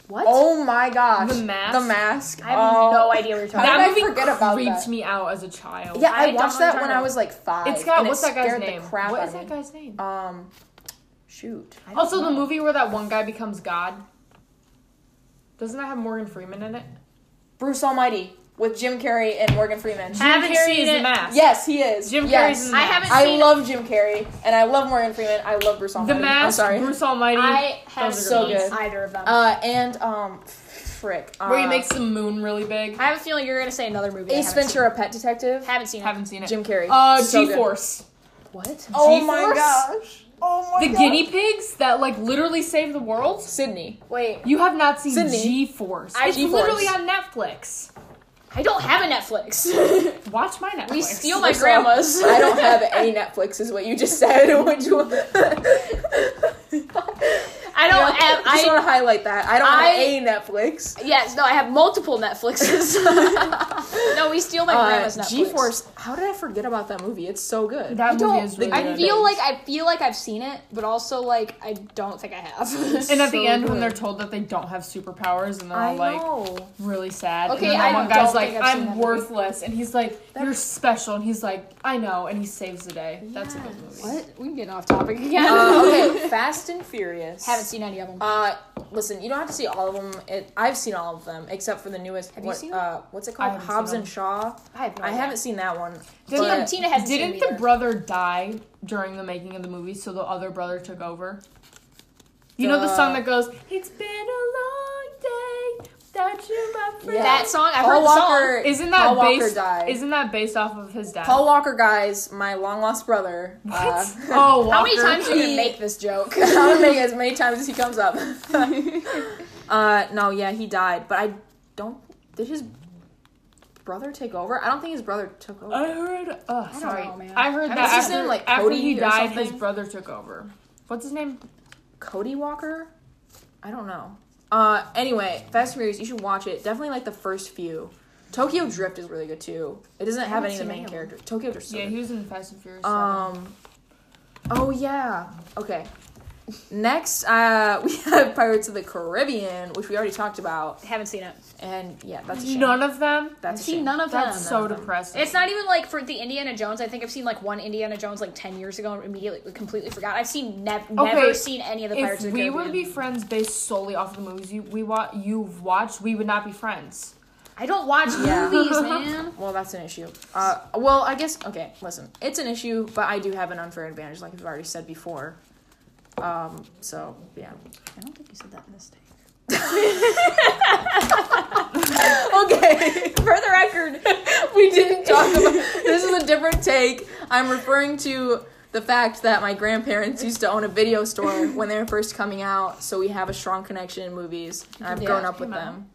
Speaker 2: What?
Speaker 1: Oh my gosh.
Speaker 3: The Mask?
Speaker 1: The Mask.
Speaker 2: I have
Speaker 1: Oh.
Speaker 2: no idea what you're talking.
Speaker 1: How
Speaker 3: that
Speaker 1: did I
Speaker 3: movie
Speaker 1: forget about
Speaker 3: creeped
Speaker 1: that?
Speaker 3: me out as a child.
Speaker 1: Yeah,
Speaker 2: I
Speaker 1: I,
Speaker 2: don't
Speaker 1: watched that when
Speaker 2: know.
Speaker 1: I was like five.
Speaker 3: It's got
Speaker 1: and it
Speaker 3: what's that guy's
Speaker 1: scared
Speaker 3: name?
Speaker 1: The crap
Speaker 3: what
Speaker 1: out
Speaker 3: is
Speaker 1: of
Speaker 3: that
Speaker 1: me.
Speaker 3: guy's name?
Speaker 1: Um, shoot.
Speaker 2: about.
Speaker 3: also, the movie where that one guy becomes God. Doesn't that have Morgan Freeman in it?
Speaker 1: Bruce Almighty with Jim Carrey and Morgan Freeman.
Speaker 2: I haven't
Speaker 3: Jim Carrey
Speaker 2: seen
Speaker 3: is
Speaker 2: it.
Speaker 3: the Mask.
Speaker 1: Yes, he is.
Speaker 3: Jim
Speaker 1: yes.
Speaker 3: Carrey's in
Speaker 2: I haven't
Speaker 1: I
Speaker 2: seen.
Speaker 1: love Jim Carrey and I love Morgan Freeman. I love Bruce Almighty.
Speaker 3: The Mask.
Speaker 1: I'm sorry.
Speaker 3: Bruce Almighty.
Speaker 2: I haven't
Speaker 3: Those
Speaker 1: are so
Speaker 2: seen
Speaker 1: good.
Speaker 2: either of them.
Speaker 1: Uh, and um, frick. Uh,
Speaker 3: where he makes the moon really big.
Speaker 2: I have a feeling you're gonna say another movie. I
Speaker 1: Ace
Speaker 2: haven't
Speaker 1: Ventura, Pet Detective.
Speaker 2: Seen. Haven't seen it.
Speaker 3: haven't seen it.
Speaker 1: Jim Carrey.
Speaker 3: Uh,
Speaker 1: So good.
Speaker 3: G-Force.
Speaker 2: What?
Speaker 1: Oh my
Speaker 3: G-Force?
Speaker 1: gosh. Oh my.
Speaker 3: The guinea pigs that like literally save the world.
Speaker 1: Sydney.
Speaker 2: Wait.
Speaker 3: You have not seen
Speaker 1: Sydney.
Speaker 3: G-Force.
Speaker 2: I-
Speaker 3: it's
Speaker 1: G-Force.
Speaker 3: literally on Netflix.
Speaker 2: I don't have a *laughs* Netflix.
Speaker 3: Watch my Netflix.
Speaker 2: We steal my
Speaker 1: What's up?
Speaker 2: grandma's.
Speaker 1: *laughs* I don't have any Netflix, is what you just said. *laughs* Which one?
Speaker 2: *laughs* I don't have.
Speaker 1: I just
Speaker 2: I
Speaker 1: want to highlight that. I don't
Speaker 2: I-
Speaker 1: have a Netflix.
Speaker 2: *laughs* yes. No. I have
Speaker 1: *laughs*
Speaker 2: multiple Netflixes. no. We steal my grandma's
Speaker 1: Uh,
Speaker 2: Netflix.
Speaker 1: G-Force. How did I forget about that movie? It's so good.
Speaker 3: *laughs* That
Speaker 1: I don't-
Speaker 3: movie is
Speaker 1: the
Speaker 3: really
Speaker 2: I
Speaker 3: good.
Speaker 2: feel like I feel like I've seen it, but also like I don't think I have. *laughs*
Speaker 3: And at the
Speaker 1: so
Speaker 3: end, when
Speaker 1: good.
Speaker 3: they're told that they don't have superpowers, and they're
Speaker 1: I
Speaker 3: all like
Speaker 1: know.
Speaker 3: really sad.
Speaker 2: Okay,
Speaker 3: and then
Speaker 2: I
Speaker 3: that one
Speaker 2: don't
Speaker 3: guy's
Speaker 2: think
Speaker 3: like,
Speaker 2: I've seen that
Speaker 3: "I'm
Speaker 2: movie."
Speaker 3: worthless," and he's like, "You're special," and he's like, "I know," and he saves the day. That's a good movie.
Speaker 2: what? We can get off topic again.
Speaker 1: Uh, okay, Fast and Furious.
Speaker 2: Haven't seen any of them.
Speaker 1: Uh, listen, you don't have to see all of them. It, I've seen all of them except for the newest. Have
Speaker 2: you seen them?
Speaker 1: uh, what's it
Speaker 3: I
Speaker 1: called?
Speaker 3: haven't seen
Speaker 1: Hobbs and
Speaker 3: them.
Speaker 1: Shaw.
Speaker 2: I have no
Speaker 1: I
Speaker 2: idea.
Speaker 1: haven't seen that one.
Speaker 3: Didn't
Speaker 2: Tina,
Speaker 1: but-
Speaker 2: Tina hasn't
Speaker 3: Didn't
Speaker 2: seen it
Speaker 3: the
Speaker 2: either.
Speaker 3: brother die during the making of the movie, so the other brother took over? You know the
Speaker 1: Duh.
Speaker 3: song that goes, "It's been a long day, That you, my friend.
Speaker 1: Yeah.
Speaker 2: That song, I've
Speaker 1: Paul
Speaker 2: heard the
Speaker 1: Walker-
Speaker 2: song.
Speaker 3: Isn't that
Speaker 1: Paul Walker
Speaker 3: based?
Speaker 1: died.
Speaker 3: Isn't that based off of his dad?
Speaker 1: Paul Walker, guys, my long lost brother. Uh,
Speaker 3: *laughs*
Speaker 1: *laughs*
Speaker 3: What? *laughs* oh, Walker.
Speaker 2: How many times are you
Speaker 1: He-
Speaker 2: gonna
Speaker 3: *laughs*
Speaker 2: make this joke?
Speaker 1: I'm gonna make it as many times as he comes up. uh, no, yeah, he died, but I don't. Did his brother take over? I don't think his brother took over.
Speaker 3: I heard. Oh, sorry.
Speaker 2: know, man.
Speaker 3: I heard
Speaker 1: I
Speaker 3: that
Speaker 1: mean, is his
Speaker 3: after,
Speaker 1: name, like,
Speaker 3: after
Speaker 1: Cody
Speaker 3: he
Speaker 1: or
Speaker 3: died,
Speaker 1: something?
Speaker 3: his brother took over. What's his name?
Speaker 1: Cody Walker? I don't know. Uh, anyway, Fast and Furious, you should watch it. Definitely like the first few. Tokyo Drift is really good too. It doesn't have
Speaker 2: haven't
Speaker 1: any of the
Speaker 2: seen
Speaker 1: main
Speaker 2: any of them.
Speaker 1: characters. Tokyo Drift.
Speaker 3: Yeah,
Speaker 1: Yeah,
Speaker 3: he was in Fast and Furious.
Speaker 1: um. Oh yeah. Okay. Next, uh, *laughs* we have Pirates of the Caribbean, which we already talked about,
Speaker 2: *laughs* Haven't seen it.
Speaker 1: and yeah, that's a
Speaker 3: 7.
Speaker 1: shame.
Speaker 3: None of them.
Speaker 1: that's a
Speaker 2: See,
Speaker 1: shame.
Speaker 2: none of
Speaker 3: That's
Speaker 2: them.
Speaker 3: so depressing.
Speaker 2: It's not even like for the Indiana Jones. I think I've seen like one Indiana Jones like ten years ago and immediately completely forgot. I've seen nev- never seen any of the Pirates
Speaker 3: if
Speaker 2: of the
Speaker 3: we
Speaker 2: Caribbean.
Speaker 3: were to be friends based solely off of the movies you we wa- you've watched, we would not be friends.
Speaker 2: I don't watch
Speaker 1: Yeah.
Speaker 2: movies,
Speaker 3: *laughs*
Speaker 2: man.
Speaker 1: Well, that's an issue. Uh, well, I guess okay. Listen, it's an issue, but I do have an unfair advantage, like I've already said before. Um. So yeah.
Speaker 2: I don't think you said that in this tape.
Speaker 1: Okay, for the record, we didn't talk about this is a different take. I'm referring to the fact that my grandparents used to own a video store when they were first coming out, so we have a strong connection in movies. and I've
Speaker 2: Yeah,
Speaker 1: grown up with
Speaker 3: come
Speaker 1: them.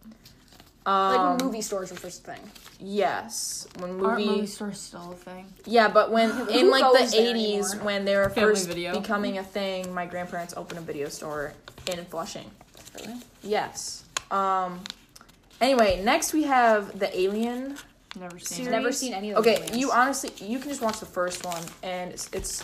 Speaker 2: Like
Speaker 1: Um,
Speaker 2: when movie stores were first a thing.
Speaker 1: yes, when
Speaker 3: Aren't movie
Speaker 1: movies,
Speaker 3: stores still a thing?
Speaker 1: yeah, but
Speaker 2: *laughs*
Speaker 1: when in
Speaker 2: Who
Speaker 1: like the
Speaker 2: goes there
Speaker 1: 80s
Speaker 2: anymore?
Speaker 1: when they were
Speaker 3: Family
Speaker 1: first
Speaker 3: Video.
Speaker 1: becoming a thing, my grandparents opened a video store in Flushing.
Speaker 2: Really?
Speaker 1: Yes. Um. Anyway, next we have the Alien
Speaker 3: Never seen.
Speaker 1: Serious?
Speaker 3: it.
Speaker 2: Never seen any of those
Speaker 1: Okay,
Speaker 2: movies.
Speaker 1: you honestly, you can just watch the first one, and it's, it's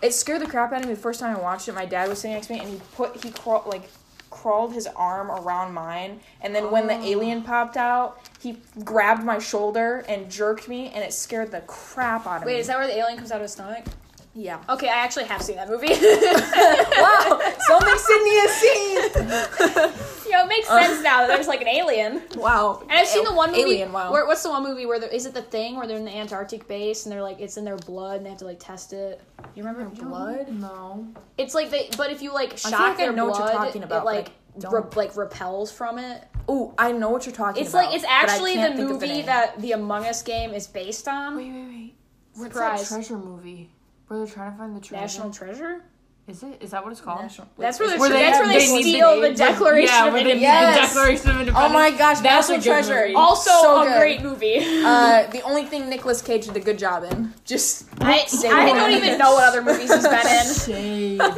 Speaker 1: it scared the crap out of me the first time I watched it. My dad was sitting next to me, and he put he crawled like crawled his arm around mine, and then when the
Speaker 2: Oh.
Speaker 1: alien popped out, he grabbed my shoulder and jerked me, and it scared the crap out of me.
Speaker 2: Wait, is that where the alien comes out of his stomach? *laughs*
Speaker 1: yeah?
Speaker 2: Okay, I actually have seen that
Speaker 3: *laughs*
Speaker 2: movie. *laughs*
Speaker 1: wow, something Sydney has seen.
Speaker 2: *laughs* Yo, it makes sense now that there's like an alien.
Speaker 1: Wow,
Speaker 2: And I've seen the one movie.
Speaker 1: Alien. Wow,
Speaker 2: Where, what's the one movie where they're, is it the thing where they're in the Antarctic base and they're like it's in their blood and they have to like test it? You remember
Speaker 1: blood.
Speaker 3: No.
Speaker 2: It's like they, but if you like shock
Speaker 1: feel like I
Speaker 2: their
Speaker 1: know what
Speaker 2: blood,
Speaker 1: you're talking about,
Speaker 2: it
Speaker 1: but I
Speaker 2: like
Speaker 1: don't.
Speaker 2: re- like repels from it.
Speaker 1: Ooh, I know what you're talking
Speaker 2: It's
Speaker 1: about.
Speaker 2: like it's
Speaker 1: but I
Speaker 2: actually the
Speaker 1: can't think of
Speaker 2: movie
Speaker 1: name.
Speaker 2: that the Among Us game is based on.
Speaker 3: Wait, wait, wait. What's
Speaker 2: Surprise.
Speaker 3: that treasure movie? Where they're trying to find the treasure.
Speaker 2: National Treasure.
Speaker 3: is it? Is that what it's called?
Speaker 1: National-
Speaker 2: That's where,
Speaker 1: it's-
Speaker 2: they're,
Speaker 3: Where they-
Speaker 2: that's where they,
Speaker 3: they need the
Speaker 2: steal the,
Speaker 3: name-
Speaker 2: Declaration
Speaker 3: yeah,
Speaker 2: of
Speaker 3: where they need
Speaker 1: Yes.
Speaker 2: Independence.
Speaker 3: the Declaration of Independence.
Speaker 1: Oh my gosh,
Speaker 3: That's
Speaker 1: National
Speaker 3: a good
Speaker 1: Treasure.
Speaker 3: movie.
Speaker 2: Also
Speaker 1: So
Speaker 2: a
Speaker 1: good.
Speaker 2: great movie.
Speaker 1: Uh, the only thing Nicolas Cage did a good job in. Just
Speaker 2: *laughs* I,
Speaker 1: say
Speaker 2: I
Speaker 1: more.
Speaker 2: don't even know what other movies he's been in.
Speaker 1: *laughs*
Speaker 3: Shade. *laughs*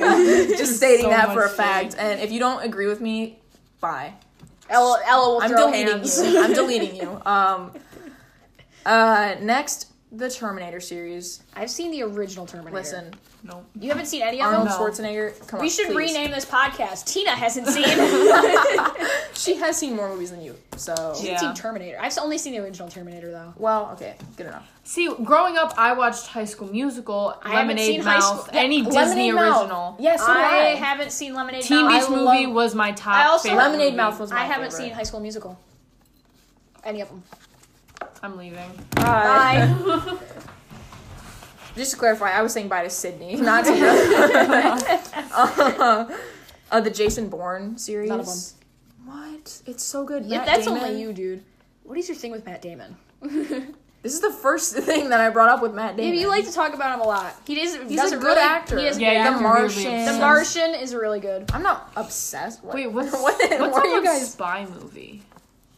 Speaker 1: just stating
Speaker 3: So
Speaker 1: that for a
Speaker 3: much
Speaker 1: fact. And if you don't agree with me, bye.
Speaker 2: Ella, Ella will
Speaker 1: I'm
Speaker 2: throw
Speaker 1: deleting
Speaker 2: hands.
Speaker 1: you. I'm deleting you. Um uh next the Terminator series.
Speaker 2: *laughs* I've seen the original Terminator.
Speaker 1: Listen,
Speaker 3: no.
Speaker 2: you haven't seen any of them.
Speaker 1: Arnold
Speaker 3: No.
Speaker 1: Schwarzenegger. Come on,
Speaker 2: We should
Speaker 1: please.
Speaker 2: rename this podcast. Tina hasn't seen.
Speaker 1: *laughs*
Speaker 2: I've
Speaker 1: She has seen more movies than you, so
Speaker 3: Yeah.
Speaker 2: seen Terminator. I've only seen the original Terminator though.
Speaker 1: well, okay, good enough.
Speaker 3: See, growing up, I watched High School Musical,
Speaker 2: I haven't
Speaker 3: Lemonade
Speaker 2: seen High
Speaker 3: Mouth,
Speaker 2: School- yeah,
Speaker 3: any Disney
Speaker 1: Lemonade Mouth.
Speaker 3: original.
Speaker 1: Yes, so did
Speaker 2: I
Speaker 1: I,
Speaker 2: haven't seen Lemonade
Speaker 3: Teen
Speaker 2: Mouth.
Speaker 3: Beach
Speaker 2: I
Speaker 3: Movie
Speaker 2: love-
Speaker 3: was my top.
Speaker 2: I also-
Speaker 3: favorite
Speaker 1: Lemonade
Speaker 3: movie.
Speaker 1: Mouth was my
Speaker 2: I haven't
Speaker 1: favorite.
Speaker 2: seen High School Musical. Any of them.
Speaker 3: I'm leaving.
Speaker 1: Bye.
Speaker 2: Bye.
Speaker 1: Just to clarify, I was saying bye to Sydney, not to
Speaker 2: *laughs*
Speaker 1: her. *laughs* uh, uh, the Jason Bourne series.
Speaker 2: None of them.
Speaker 1: What? It's so good.
Speaker 2: Yeah,
Speaker 1: Matt
Speaker 2: that's
Speaker 1: Damon.
Speaker 2: only you, dude. What is your thing with Matt Damon? *laughs*
Speaker 1: This is the first *laughs* thing that I brought up with Matt
Speaker 2: Yeah,
Speaker 1: Damon.
Speaker 2: but you like to talk about him a lot. He is. He's,
Speaker 1: He's a
Speaker 2: a
Speaker 1: good
Speaker 2: really,
Speaker 1: actor.
Speaker 2: He is.
Speaker 3: Yeah,
Speaker 2: great.
Speaker 3: you're
Speaker 1: The
Speaker 3: weirdly
Speaker 1: Martian.
Speaker 3: obsessed.
Speaker 2: The Martian is really good.
Speaker 1: I'm not obsessed. What?
Speaker 3: Wait, what's
Speaker 1: *laughs* what?
Speaker 3: what's
Speaker 1: what are
Speaker 3: that
Speaker 1: you
Speaker 3: one
Speaker 1: guys?
Speaker 3: spy movie?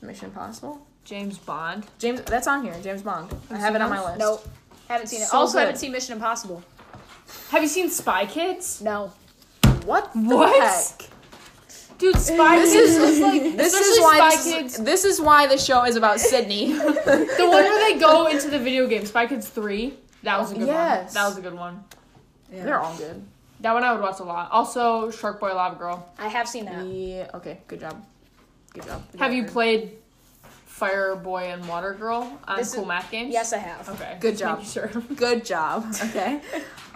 Speaker 1: Mission Impossible.
Speaker 3: James Bond.
Speaker 1: James, that's on here. James Bond. I
Speaker 3: Have
Speaker 1: have it on
Speaker 3: you
Speaker 1: my list.
Speaker 2: Nope. Haven't seen it.
Speaker 1: So
Speaker 2: also,
Speaker 1: good.
Speaker 2: haven't seen Mission Impossible.
Speaker 3: Have you seen Spy Kids?
Speaker 2: No.
Speaker 1: What? The
Speaker 3: What?
Speaker 1: Heck? *laughs*
Speaker 3: Dude, Spy
Speaker 1: This
Speaker 3: Kids
Speaker 1: is-
Speaker 3: is like
Speaker 1: This is
Speaker 3: especially
Speaker 1: why.
Speaker 3: Spy
Speaker 1: This is,
Speaker 3: Kids.
Speaker 1: this is why the show is about
Speaker 2: *laughs*
Speaker 1: Sydney.
Speaker 3: The one where
Speaker 1: *laughs*
Speaker 3: they go into the video game, Spy Kids Three. That was a good
Speaker 1: Yes.
Speaker 3: one. That was a good one.
Speaker 1: *laughs* They're all good.
Speaker 3: That one I would watch a lot. Also, Shark Boy Lava Girl.
Speaker 2: I have seen that.
Speaker 1: Yeah. Okay. Good job. Good job.
Speaker 3: Have you played Fire Boy and Water Girl on
Speaker 2: This is-
Speaker 3: Cool Math Games?
Speaker 2: Yes, I have.
Speaker 3: Okay.
Speaker 1: Good
Speaker 3: just making
Speaker 1: job. *laughs*
Speaker 3: Sure.
Speaker 1: Good job. Okay.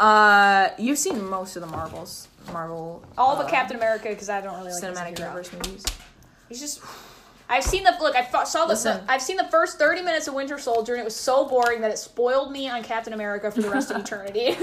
Speaker 1: uh, you've seen most of the Marvels, Marvel,
Speaker 2: All
Speaker 1: uh,
Speaker 2: but Captain America because I don't really like his
Speaker 1: cinematic
Speaker 2: hero.
Speaker 1: universe movies.
Speaker 2: He's just. I've seen the look. I fo- saw the.
Speaker 1: Listen.
Speaker 2: I've seen the first thirty minutes of Winter Soldier, and it was so boring that it spoiled me on Captain America for the rest of eternity.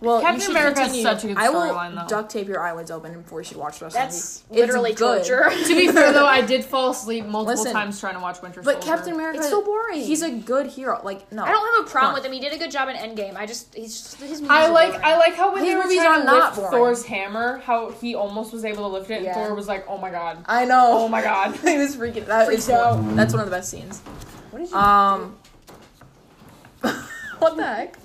Speaker 1: Well,
Speaker 3: Captain America is
Speaker 1: is
Speaker 3: such a good
Speaker 1: I will
Speaker 3: storyline, though.
Speaker 1: duct tape your eyelids open before you should watch the rest
Speaker 2: That's
Speaker 1: of the movie. It's
Speaker 2: literally
Speaker 1: good.
Speaker 2: torture.
Speaker 3: to be fair though, I did fall asleep multiple
Speaker 1: Listen,
Speaker 3: times trying to watch Winter Soldier.
Speaker 1: But Captain America,
Speaker 2: It's so boring.
Speaker 1: He's a good hero. Like no,
Speaker 2: *laughs* I don't have a
Speaker 1: Come on.
Speaker 2: problem with him. He did a good job in Endgame. I just he's just his. Movies
Speaker 3: I
Speaker 2: are
Speaker 3: like
Speaker 2: boring.
Speaker 3: I like how when
Speaker 1: His
Speaker 3: they were
Speaker 1: movies
Speaker 3: trying to
Speaker 1: are not
Speaker 3: lift
Speaker 1: boring.
Speaker 3: Thor's hammer, how he almost was able to lift it,
Speaker 1: Yeah.
Speaker 3: and Thor was like, "Oh my god,
Speaker 1: I know.
Speaker 3: oh my god."
Speaker 1: *laughs*
Speaker 3: *laughs*
Speaker 1: he was freaking. That is
Speaker 2: out.
Speaker 1: That's one of the best scenes.
Speaker 2: What did you-
Speaker 1: Um. *laughs* what the heck?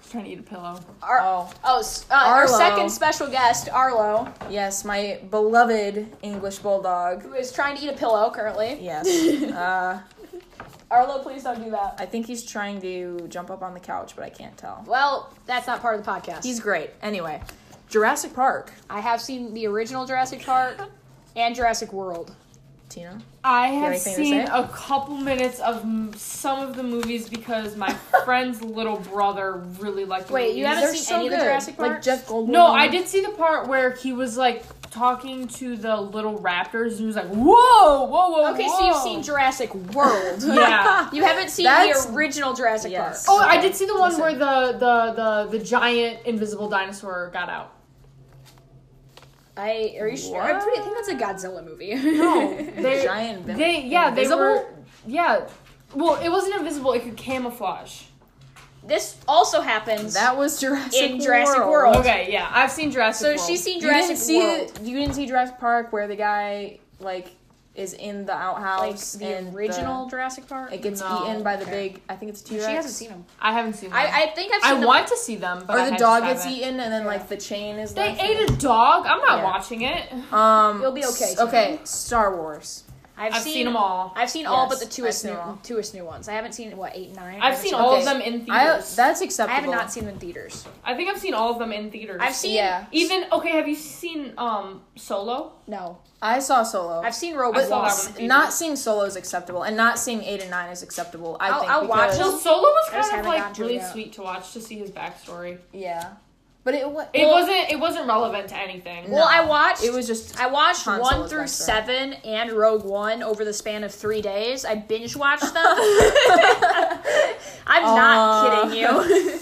Speaker 3: He's trying to eat a pillow.
Speaker 2: Our,
Speaker 1: Oh.
Speaker 2: oh, s- uh, our
Speaker 1: Arlo.
Speaker 2: second special guest, Arlo,
Speaker 1: Yes, my beloved English bulldog.
Speaker 2: who is trying to eat a pillow currently.
Speaker 1: *laughs* Yes. uh,
Speaker 2: Arlo, please don't do that.
Speaker 1: I think he's trying to jump up on the couch, but I can't tell.
Speaker 2: Well, that's not part of the podcast.
Speaker 1: He's great. Anyway, Jurassic Park.
Speaker 2: I have seen the original Jurassic Park and Jurassic World.
Speaker 1: Tina.
Speaker 3: I have
Speaker 1: anything to
Speaker 3: seen
Speaker 1: say?
Speaker 3: a couple minutes of m- some of the movies because
Speaker 2: *laughs*
Speaker 3: my friend's little brother really liked. The
Speaker 2: Wait, you
Speaker 3: movies.
Speaker 2: haven't seen any of the Jurassic
Speaker 1: Like
Speaker 2: Parks?
Speaker 1: Jeff Goldblum.
Speaker 3: No, I did see the part where he was like talking to the little raptors, and he was like, "Whoa, whoa, whoa!"
Speaker 2: Okay, so
Speaker 3: whoa."
Speaker 2: you've seen Jurassic World.
Speaker 3: yeah.
Speaker 2: You haven't seen
Speaker 1: That's-
Speaker 2: the original Jurassic
Speaker 1: Yes.
Speaker 3: Oh,
Speaker 2: Park.
Speaker 3: I did see the one
Speaker 1: Listen.
Speaker 3: where the, the the the giant invisible dinosaur got out.
Speaker 2: I are you sure? I'm pretty, I think that's a Godzilla movie. *laughs*
Speaker 3: they,
Speaker 1: Giant vin-
Speaker 3: They yeah,
Speaker 1: invisible?
Speaker 3: they were yeah. Well, it wasn't invisible. It could camouflage.
Speaker 2: this also happens.
Speaker 1: That was Jurassic
Speaker 2: In Jurassic World.
Speaker 3: Okay, yeah, I've seen Jurassic.
Speaker 2: so
Speaker 3: World.
Speaker 2: she's seen
Speaker 1: You
Speaker 2: Jurassic
Speaker 1: didn't see
Speaker 2: World.
Speaker 1: you didn't see Jurassic Park where the guy like is in the
Speaker 2: Like
Speaker 1: outhouse and
Speaker 2: the
Speaker 1: the-
Speaker 2: original Jurassic Park.
Speaker 1: it gets
Speaker 3: No.
Speaker 1: eaten by the
Speaker 2: Okay.
Speaker 1: big. I think it's T
Speaker 2: she
Speaker 1: Rex.
Speaker 2: hasn't seen them.
Speaker 3: I haven't seen. Them.
Speaker 2: I, I think I've
Speaker 3: I
Speaker 2: seen them.
Speaker 3: want to see them, but
Speaker 1: Or
Speaker 3: I
Speaker 1: the
Speaker 3: just
Speaker 1: dog gets
Speaker 3: haven't.
Speaker 1: eaten and then
Speaker 2: Yeah.
Speaker 1: like the chain is.
Speaker 3: They
Speaker 1: left.
Speaker 3: ate a dog. I'm not
Speaker 1: Yeah.
Speaker 3: watching it.
Speaker 1: Um,
Speaker 2: You'll be okay,
Speaker 1: s- Okay, Star Wars.
Speaker 2: I've,
Speaker 3: I've seen, them all.
Speaker 2: I've seen all but the
Speaker 1: Yes, I've
Speaker 2: twoest
Speaker 1: seen
Speaker 2: new,
Speaker 1: them all.
Speaker 2: twoest new ones. I haven't seen what eight, nine. I
Speaker 3: I've
Speaker 2: haven't
Speaker 3: seen all
Speaker 1: Okay.
Speaker 3: of them in
Speaker 1: I
Speaker 3: theaters. I,
Speaker 1: that's acceptable.
Speaker 2: I have not seen them in theaters.
Speaker 3: think I've seen all of them in theaters.
Speaker 2: I've seen
Speaker 1: Yeah.
Speaker 3: even okay. Have you seen um Solo?
Speaker 2: no.
Speaker 1: I saw Solo.
Speaker 2: I've seen
Speaker 3: I saw
Speaker 2: Robocop.
Speaker 3: that
Speaker 1: S-
Speaker 3: one.
Speaker 1: not seeing Solo is acceptable, and not seeing eight and nine is acceptable. I
Speaker 2: I'll-
Speaker 1: think
Speaker 2: I'll watch
Speaker 1: because-
Speaker 3: Well, Solo was
Speaker 2: I just
Speaker 3: kind of
Speaker 2: haven't gotten
Speaker 3: like
Speaker 2: to it
Speaker 3: really
Speaker 2: yet.
Speaker 3: sweet to watch to see his backstory.
Speaker 1: Yeah, but it was.
Speaker 3: It wasn't. It wasn't relevant to anything.
Speaker 2: Well, I
Speaker 1: No.
Speaker 2: watched.
Speaker 1: It was just.
Speaker 2: I watched
Speaker 1: Han
Speaker 2: one
Speaker 1: Solo's
Speaker 2: through
Speaker 1: backstory.
Speaker 2: seven and Rogue One over the span of three days. I binge watched them. *laughs* I'm
Speaker 1: Uh.
Speaker 2: not kidding *laughs* you.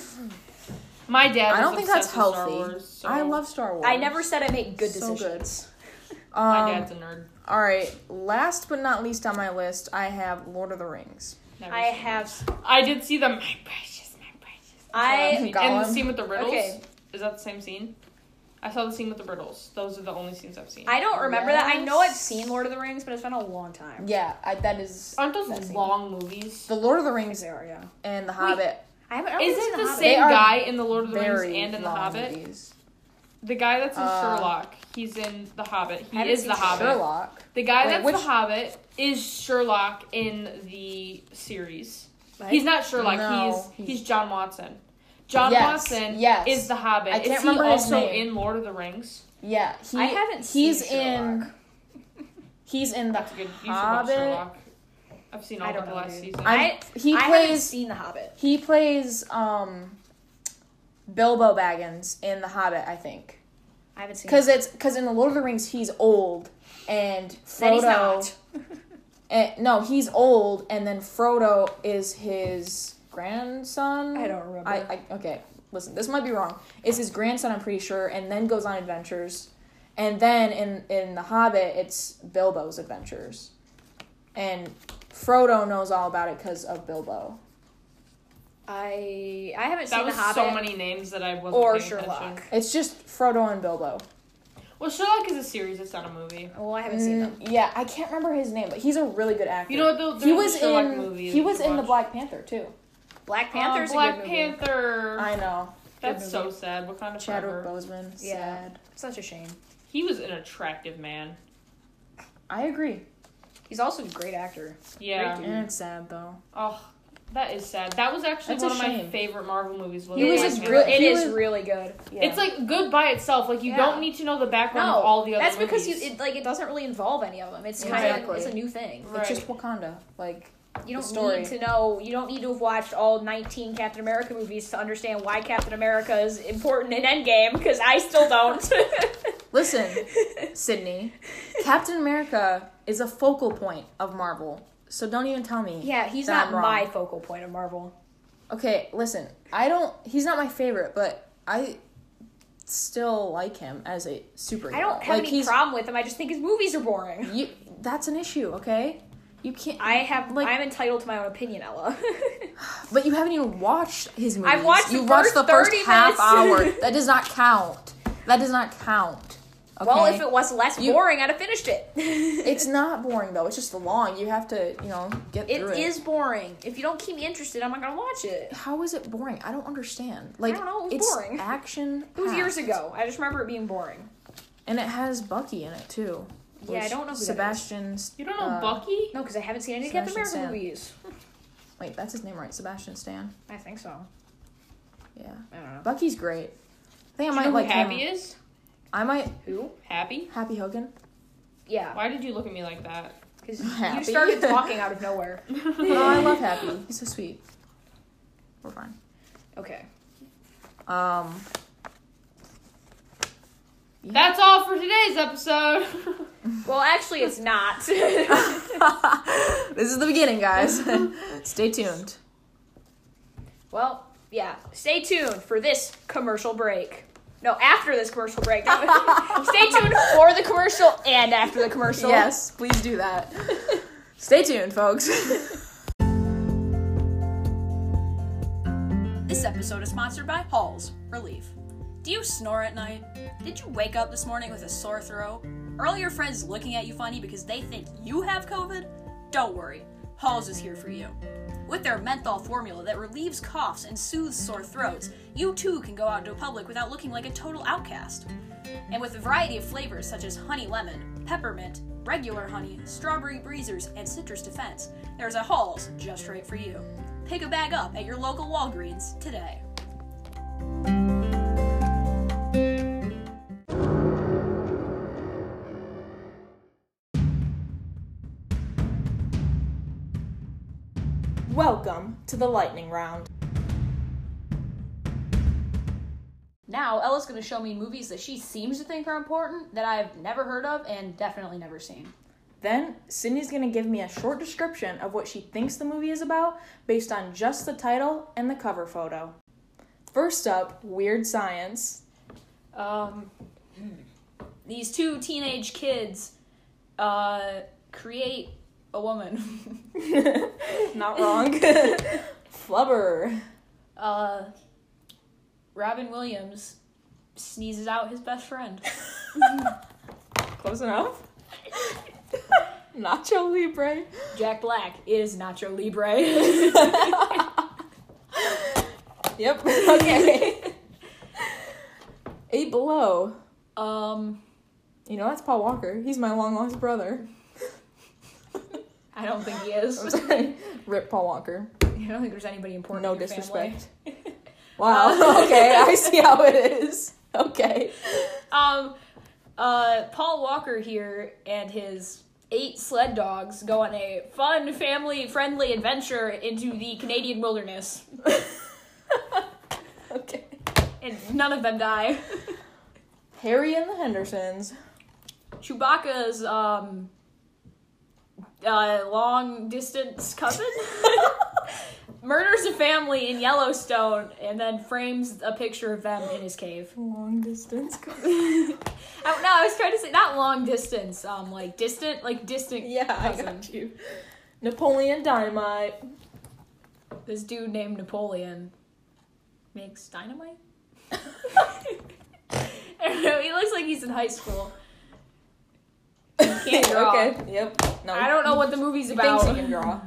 Speaker 3: My dad.
Speaker 1: I
Speaker 3: was
Speaker 1: don't think that's
Speaker 3: obsessed with Star
Speaker 1: healthy.
Speaker 3: Wars, so-
Speaker 1: I love Star Wars.
Speaker 2: I never said I make good
Speaker 1: So
Speaker 2: decisions.
Speaker 1: good.
Speaker 2: *laughs*
Speaker 3: My
Speaker 1: Um,
Speaker 3: dad's a nerd.
Speaker 1: all right. Last but not least on my list, I have Lord of the Rings.
Speaker 3: Never
Speaker 2: I
Speaker 3: seen them.
Speaker 2: *laughs* have.
Speaker 3: I did see them. My precious, my precious.
Speaker 2: I
Speaker 1: Got
Speaker 3: and the
Speaker 1: one.
Speaker 3: scene with the riddles.
Speaker 2: Okay.
Speaker 3: Is that the same scene? I saw the scene with the riddles. Those are the only scenes I've seen.
Speaker 2: I don't remember that. I know I've seen Lord of the Rings, but it's been a long time.
Speaker 1: Yeah, I, that is
Speaker 3: Aren't those
Speaker 1: that scene.
Speaker 3: long movies?
Speaker 1: the Lord of the Rings
Speaker 2: They are, yeah.
Speaker 1: and the Hobbit.
Speaker 2: I haven't. I don't think
Speaker 3: Isn't
Speaker 2: I've
Speaker 3: the
Speaker 2: seen Hobbit.
Speaker 1: They
Speaker 3: same
Speaker 1: are
Speaker 3: guy in the Lord of the Rings
Speaker 1: Very
Speaker 3: and in the
Speaker 1: long
Speaker 3: Hobbit?
Speaker 1: movies.
Speaker 3: The guy that's in
Speaker 1: Uh,
Speaker 3: Sherlock. He's in the Hobbit. He
Speaker 2: I haven't
Speaker 3: is the
Speaker 2: seen
Speaker 3: Hobbit.
Speaker 1: Sherlock.
Speaker 3: The guy
Speaker 1: Wait,
Speaker 3: that's
Speaker 1: which-
Speaker 3: the Hobbit is Sherlock in the series.
Speaker 2: Right?
Speaker 3: He's not Sherlock.
Speaker 1: No,
Speaker 3: he's
Speaker 1: he's-
Speaker 3: he's John Watson. John
Speaker 1: Yes,
Speaker 3: Watson
Speaker 1: yes.
Speaker 3: is the Hobbit.
Speaker 1: I can't
Speaker 3: is he
Speaker 1: remember his
Speaker 3: also
Speaker 1: name.
Speaker 3: in Lord of the Rings?
Speaker 1: Yeah, he,
Speaker 2: I haven't seen
Speaker 1: He's in.
Speaker 2: Sherlock.
Speaker 1: He's in the
Speaker 3: That's a good. You should watch
Speaker 1: Hobbit.
Speaker 3: Sherlock. I've seen
Speaker 2: I
Speaker 3: all
Speaker 2: don't
Speaker 3: of the
Speaker 2: know,
Speaker 3: last
Speaker 2: dude.
Speaker 3: season.
Speaker 1: I'm-
Speaker 2: I-
Speaker 1: he
Speaker 2: I haven't
Speaker 1: plays.
Speaker 2: seen The Hobbit.
Speaker 1: He plays um, Bilbo Baggins in the Hobbit, I think.
Speaker 2: I haven't seen.
Speaker 1: Cause it's cause in the Lord of the Rings he's old and Frodo.
Speaker 2: Then he's not.
Speaker 1: *laughs* and- no, he's old, and then Frodo is his grandson.
Speaker 2: I don't remember.
Speaker 1: I, I okay. Listen, this might be wrong. It's his grandson, I'm pretty sure, and then goes on adventures, and then in in the Hobbit, it's Bilbo's adventures, and Frodo knows all about it because of Bilbo.
Speaker 2: I I haven't
Speaker 3: that
Speaker 2: seen The
Speaker 3: was
Speaker 2: Hobbit
Speaker 3: so many names that I wasn't.
Speaker 2: or
Speaker 3: paying
Speaker 2: Sherlock.
Speaker 3: Attention.
Speaker 1: It's just Frodo and Bilbo.
Speaker 3: Well, Sherlock is a series. It's not a movie.
Speaker 2: Well, Oh, I haven't seen them.
Speaker 1: Mm, Yeah, I can't remember his name, but he's a really good actor.
Speaker 3: You know what? Though,
Speaker 1: he
Speaker 3: there's a
Speaker 1: was
Speaker 3: Sherlock
Speaker 1: in
Speaker 3: movie
Speaker 1: he
Speaker 3: that
Speaker 1: was
Speaker 3: you
Speaker 1: in the
Speaker 3: watch.
Speaker 1: Black Panther too.
Speaker 2: Black
Speaker 3: Oh,
Speaker 2: Panther's a
Speaker 3: Black
Speaker 2: good movie.
Speaker 3: Panther.
Speaker 1: I know.
Speaker 3: That's
Speaker 2: Good
Speaker 3: so
Speaker 2: movie.
Speaker 3: sad. What kind of
Speaker 1: Chadwick
Speaker 3: forever?
Speaker 1: Boseman.
Speaker 2: Yeah.
Speaker 1: Sad.
Speaker 2: Such a shame.
Speaker 3: He was an attractive man.
Speaker 1: I agree.
Speaker 2: He's also a great actor.
Speaker 3: Yeah.
Speaker 2: Great dude.
Speaker 1: And it's sad though.
Speaker 3: Oh, that is sad. That was actually
Speaker 1: That's a
Speaker 3: one of my
Speaker 1: shame.
Speaker 3: favorite Marvel movies.
Speaker 1: He was
Speaker 3: Black
Speaker 1: just
Speaker 3: Panther.
Speaker 1: real-
Speaker 2: It
Speaker 1: he
Speaker 2: is
Speaker 1: was-
Speaker 2: really good.
Speaker 1: Yeah.
Speaker 3: It's like good by itself. Like you
Speaker 2: Yeah.
Speaker 3: don't need to know the background
Speaker 2: No,
Speaker 3: of all the other.
Speaker 2: that's because you
Speaker 3: movies.
Speaker 2: it, like it doesn't really involve any of them. It's kind of
Speaker 1: Exactly.
Speaker 2: it's a new thing.
Speaker 1: it's just Wakanda. Like
Speaker 2: You don't
Speaker 1: The story.
Speaker 2: need to know. You don't need to have watched all 19 Captain America movies to understand why Captain America is important in
Speaker 1: *laughs*
Speaker 2: Endgame. Because I still don't. *laughs*
Speaker 1: listen, Sydney, Captain America is a focal point of Marvel. So don't even tell me.
Speaker 2: Yeah, he's
Speaker 1: that
Speaker 2: not
Speaker 1: I'm wrong.
Speaker 2: my focal point of Marvel.
Speaker 1: Okay, listen. I don't. He's not my favorite, but I still like him as a superhero.
Speaker 2: I don't have
Speaker 1: like,
Speaker 2: any problem with him. I just think his movies are boring.
Speaker 1: You, that's an issue, okay? You can't.
Speaker 2: I have
Speaker 1: Like-
Speaker 2: I'm entitled to my own opinion, Ella. *laughs*
Speaker 1: But you haven't even watched his movies.
Speaker 2: watched the
Speaker 1: You watched
Speaker 2: first
Speaker 1: the first
Speaker 2: 30
Speaker 1: half hour.
Speaker 2: *laughs* minutes.
Speaker 1: That does not count. That does not count. Okay?
Speaker 2: Well, if it was less
Speaker 1: You-
Speaker 2: boring, I'd have finished it.
Speaker 1: it's not boring though. It's just long. You have to, you know, get
Speaker 2: *laughs* it
Speaker 1: through it.
Speaker 2: is boring. If you don't keep me interested, I'm not gonna watch it.
Speaker 1: How is it boring? I don't understand. Like
Speaker 2: don't know, it was
Speaker 1: it's
Speaker 2: boring.
Speaker 1: action.
Speaker 2: *laughs* It was years ago. I just remember it being boring.
Speaker 1: and it has Bucky in it too.
Speaker 2: Yeah, I
Speaker 1: which
Speaker 2: don't know who that is.
Speaker 1: Sebastian's.
Speaker 3: You don't know
Speaker 1: uh,
Speaker 3: Bucky?
Speaker 2: No, because I haven't seen any Captain America
Speaker 1: Sebastian Stan.
Speaker 2: movies.
Speaker 1: Wait, that's his name, right? Sebastian Stan.
Speaker 2: I think so.
Speaker 1: Yeah,
Speaker 2: I don't know.
Speaker 1: Bucky's great. I think I
Speaker 3: Do you
Speaker 1: might
Speaker 3: know who
Speaker 1: like
Speaker 3: Happy
Speaker 1: him.
Speaker 3: is?
Speaker 1: I might
Speaker 2: Who?
Speaker 3: Happy?
Speaker 1: Happy Hogan.
Speaker 2: Yeah,
Speaker 3: Why did you look at me like that?
Speaker 1: *laughs*
Speaker 2: because you
Speaker 1: Happy. *laughs*
Speaker 2: started talking out of nowhere.
Speaker 1: oh, I love Happy. He's so sweet. We're fine.
Speaker 2: Okay.
Speaker 1: Um, *laughs*
Speaker 3: That's all for today's episode.
Speaker 2: Well, actually, it's not. *laughs*
Speaker 1: this is the beginning, guys. *laughs* Stay tuned.
Speaker 2: well, yeah. Stay tuned for this commercial break. No, after this commercial break. *laughs* Stay tuned for the commercial and after the commercial.
Speaker 1: Yes, please do that. *laughs* Stay tuned, folks.
Speaker 4: This episode is sponsored by Halls Relief. Do you snore at night? Did you wake up this morning with a sore throat? Are all your friends looking at you funny because they think you have COVID? Don't worry, Halls is here for you. With their menthol formula that relieves coughs and soothes sore throats, you too can go out into public without looking like a total outcast. And with a variety of flavors such as honey lemon, peppermint, regular honey, strawberry breezers, and citrus defense, there's a Halls just right for you. Pick a bag up at your local Walgreens today.
Speaker 1: *laughs* Welcome to the lightning round.
Speaker 2: Now, Ella's going to show me movies that she seems to think are important that I've never heard of and definitely never seen.
Speaker 1: Then, Sydney's gonna give me a short description of what she thinks the movie is about based on just the title and the cover photo. First up, Weird Science.
Speaker 2: Um, these two teenage kids uh, create a *laughs* woman.
Speaker 1: Not wrong. *laughs* Flubber. *laughs*
Speaker 2: uh, Robin Williams sneezes out his best
Speaker 1: *laughs*
Speaker 2: friend.
Speaker 1: Close enough. Nacho Libre.
Speaker 2: Jack Black is Nacho Libre.
Speaker 1: *laughs* Yep. *laughs* Okay. *laughs* Eight Below.
Speaker 2: um,
Speaker 1: You know, that's Paul Walker. He's my long lost brother.
Speaker 2: I don't think he is.
Speaker 1: I'm sorry. Rip Paul Walker.
Speaker 2: *laughs* I don't think there's anybody important.
Speaker 1: No
Speaker 2: in your family. Oh.
Speaker 1: disrespect. Wow. *laughs* okay, I see how it is. Okay.
Speaker 2: *laughs*
Speaker 1: *laughs*
Speaker 2: Um, uh, Paul Walker here and his eight sled dogs go on a fun, family-friendly adventure into the Canadian wilderness,
Speaker 1: Okay.
Speaker 2: and none of them die. *laughs*
Speaker 1: Harry and the Hendersons.
Speaker 2: Chewbacca's um, uh,
Speaker 1: *laughs*
Speaker 2: long-distance cousin murders a family in Yellowstone and then frames a picture of them in his cave.
Speaker 1: Long distance.
Speaker 2: *laughs* Oh, no, I was trying to say not long distance, um, like distant, like distant.
Speaker 1: yeah, I
Speaker 2: cousin.
Speaker 1: got you. Napoleon Dynamite.
Speaker 2: this dude named Napoleon
Speaker 1: *laughs*
Speaker 2: makes dynamite. I don't know. He looks like he's in high school. Can't
Speaker 1: *laughs*
Speaker 2: draw.
Speaker 1: okay. Yep. No.
Speaker 2: I don't know what the movie's
Speaker 1: he thinks
Speaker 2: about.
Speaker 1: he can draw.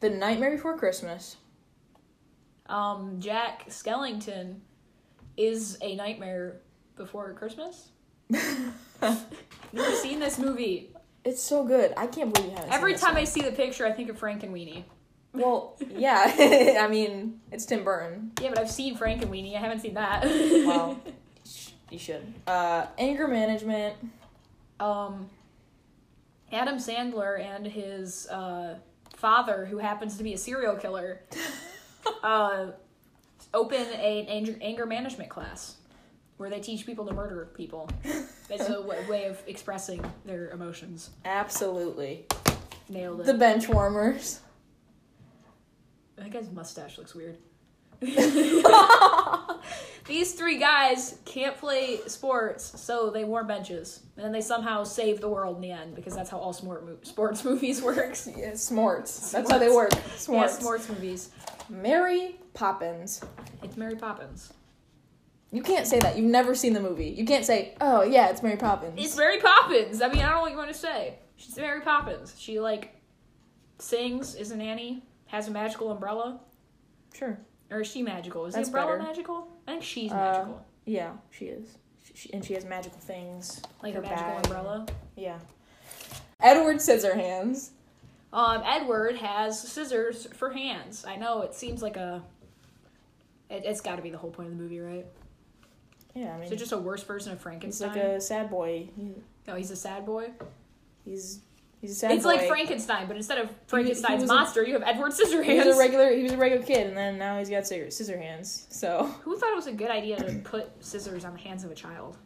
Speaker 1: The Nightmare Before Christmas. *laughs*
Speaker 2: Um, Jack Skellington is a nightmare before Christmas. Never seen this movie.
Speaker 1: It's so good. I can't believe you haven't.
Speaker 2: Every
Speaker 1: seen
Speaker 2: time I see the picture, I think of Frank and Weenie.
Speaker 1: This. Well,
Speaker 2: *laughs*
Speaker 1: yeah. *laughs* I mean, it's Tim Burton.
Speaker 2: Yeah, but I've seen Frank and Weenie. I haven't seen that. *laughs*
Speaker 1: Wow. Sh- *laughs* you should. Uh, anger management. *laughs*
Speaker 2: um, Adam Sandler and his uh, father, who happens to be a serial killer, uh, open a- an anger, anger management class where they teach people to murder people. That's a *laughs* w- way of expressing their emotions.
Speaker 1: Absolutely.
Speaker 2: Nailed it.
Speaker 1: The bench warmers.
Speaker 2: That guy's mustache looks
Speaker 1: *laughs*
Speaker 2: weird. *laughs* These three guys can't play sports, so they warm benches, and then they somehow save the world in the end because that's how all smart mo- sports *laughs* movies works.
Speaker 1: Yeah, smorts. That's how they work.
Speaker 2: Yeah,
Speaker 1: Smorts.
Speaker 2: sports movies.
Speaker 1: Mary Poppins.
Speaker 2: It's Mary Poppins.
Speaker 1: You can't say that. You've never seen the movie. You can't say, oh, yeah, it's Mary Poppins.
Speaker 2: It's Mary Poppins. I mean, I don't know what you want to say. She's Mary Poppins. She like sings, is an Annie, has a magical umbrella,
Speaker 1: sure.
Speaker 2: or is she magical? Is
Speaker 1: That's
Speaker 2: the umbrella
Speaker 1: better.
Speaker 2: magical? I think she's
Speaker 1: Uh,
Speaker 2: magical,
Speaker 1: Yeah, she is. She, she, and she has magical things.
Speaker 2: like
Speaker 1: her
Speaker 2: a magical
Speaker 1: bag.
Speaker 2: umbrella.
Speaker 1: Yeah. Edward Scissorhands.
Speaker 2: Um, Edward has scissors for hands. I know it seems like a. It, it's got to be the whole point of the movie, right?
Speaker 1: Yeah, I mean,
Speaker 2: So just a worse version of
Speaker 1: he's
Speaker 2: Frankenstein.
Speaker 1: like a sad boy. He,
Speaker 2: no, he's a sad boy.
Speaker 1: he's he's a sad
Speaker 2: it's
Speaker 1: boy.
Speaker 2: like Frankenstein, but instead of Frankenstein's
Speaker 1: was a-
Speaker 2: monster, you have Edward
Speaker 1: He was
Speaker 2: Scissorhands.
Speaker 1: a regular. He was a regular kid, and then now he's got scissor, scissor hands. So,
Speaker 2: Who thought it was a good idea to put scissors on the hands of a child?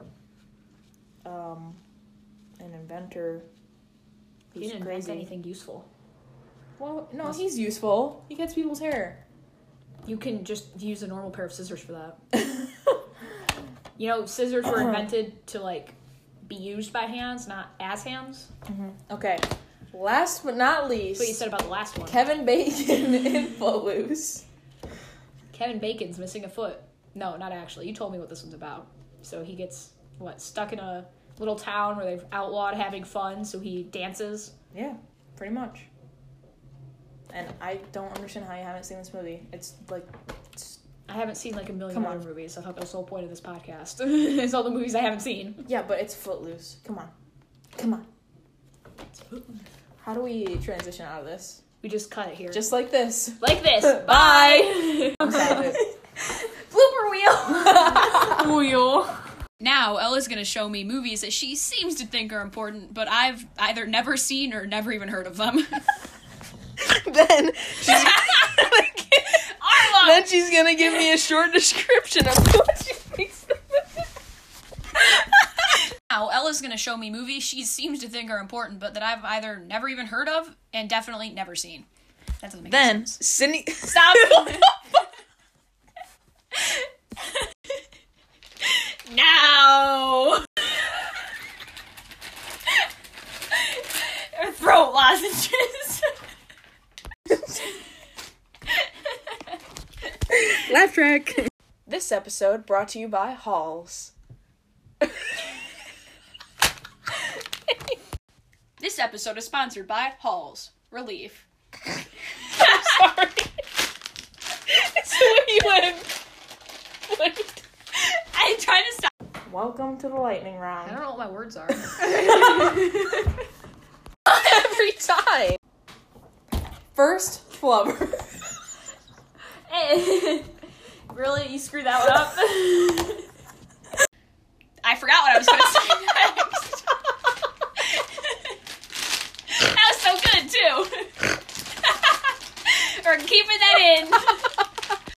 Speaker 1: um, an inventor.
Speaker 2: He
Speaker 1: who's
Speaker 2: didn't invent anything useful.
Speaker 1: Well, no, he's useful. He cuts people's hair.
Speaker 2: You can just use a normal pair of scissors for that.
Speaker 1: *laughs*
Speaker 2: you know,
Speaker 1: *clears throat*
Speaker 2: scissors were invented to like be used by hands, not as hands.
Speaker 1: Okay. Last but not least,
Speaker 2: That's what you said about the last one.
Speaker 1: Kevin Bacon *laughs* in Footloose.
Speaker 2: Kevin Bacon's missing a foot. No, not actually. You told me what this one's about. So he gets what stuck in a little town where they've outlawed having fun. So he dances.
Speaker 1: Yeah, pretty much. And I don't understand how you haven't seen this movie. It's like, it's,
Speaker 2: I haven't seen like a million
Speaker 1: Come
Speaker 2: other
Speaker 1: on.
Speaker 2: movies. I thought that was the whole point of this podcast. *laughs* it's all the movies I haven't seen.
Speaker 1: yeah, but it's Footloose. Come on, come on. How do we transition out of this?
Speaker 2: We just cut it here, just
Speaker 1: Just like this. *laughs*
Speaker 4: *laughs*
Speaker 2: like this.
Speaker 1: Bye.
Speaker 2: Bye.
Speaker 1: I'm sorry.
Speaker 2: Blooper wheel. wheel.
Speaker 4: Now Ella's gonna show me movies that she seems to think are important, but I've either never seen or never even heard of them. *laughs*
Speaker 1: then, she's,
Speaker 4: Arlo!
Speaker 1: then she's gonna give me a short description of what she thinks.
Speaker 4: Now Ella's gonna show me movies she seems to think are important, but that I've either never even heard of and definitely never seen. That doesn't make
Speaker 1: Then,
Speaker 4: sense.
Speaker 1: Cindy.
Speaker 4: Stop. now. Throat lozenges.
Speaker 1: Laugh track. *laughs* This episode brought to you by Halls. *laughs*
Speaker 4: this episode is sponsored by Halls Relief.
Speaker 1: *laughs* Sorry. it's the way you
Speaker 4: I'm trying to stop.
Speaker 1: Welcome to the lightning
Speaker 2: I don't
Speaker 1: round.
Speaker 2: know what my words
Speaker 4: *laughs*
Speaker 2: are.
Speaker 1: Every time. First flubber.
Speaker 2: *laughs* really, you screwed that one up. *laughs*
Speaker 4: I forgot what I was going to say *laughs*
Speaker 2: *laughs*
Speaker 4: next. that was so good too. We're keeping that in.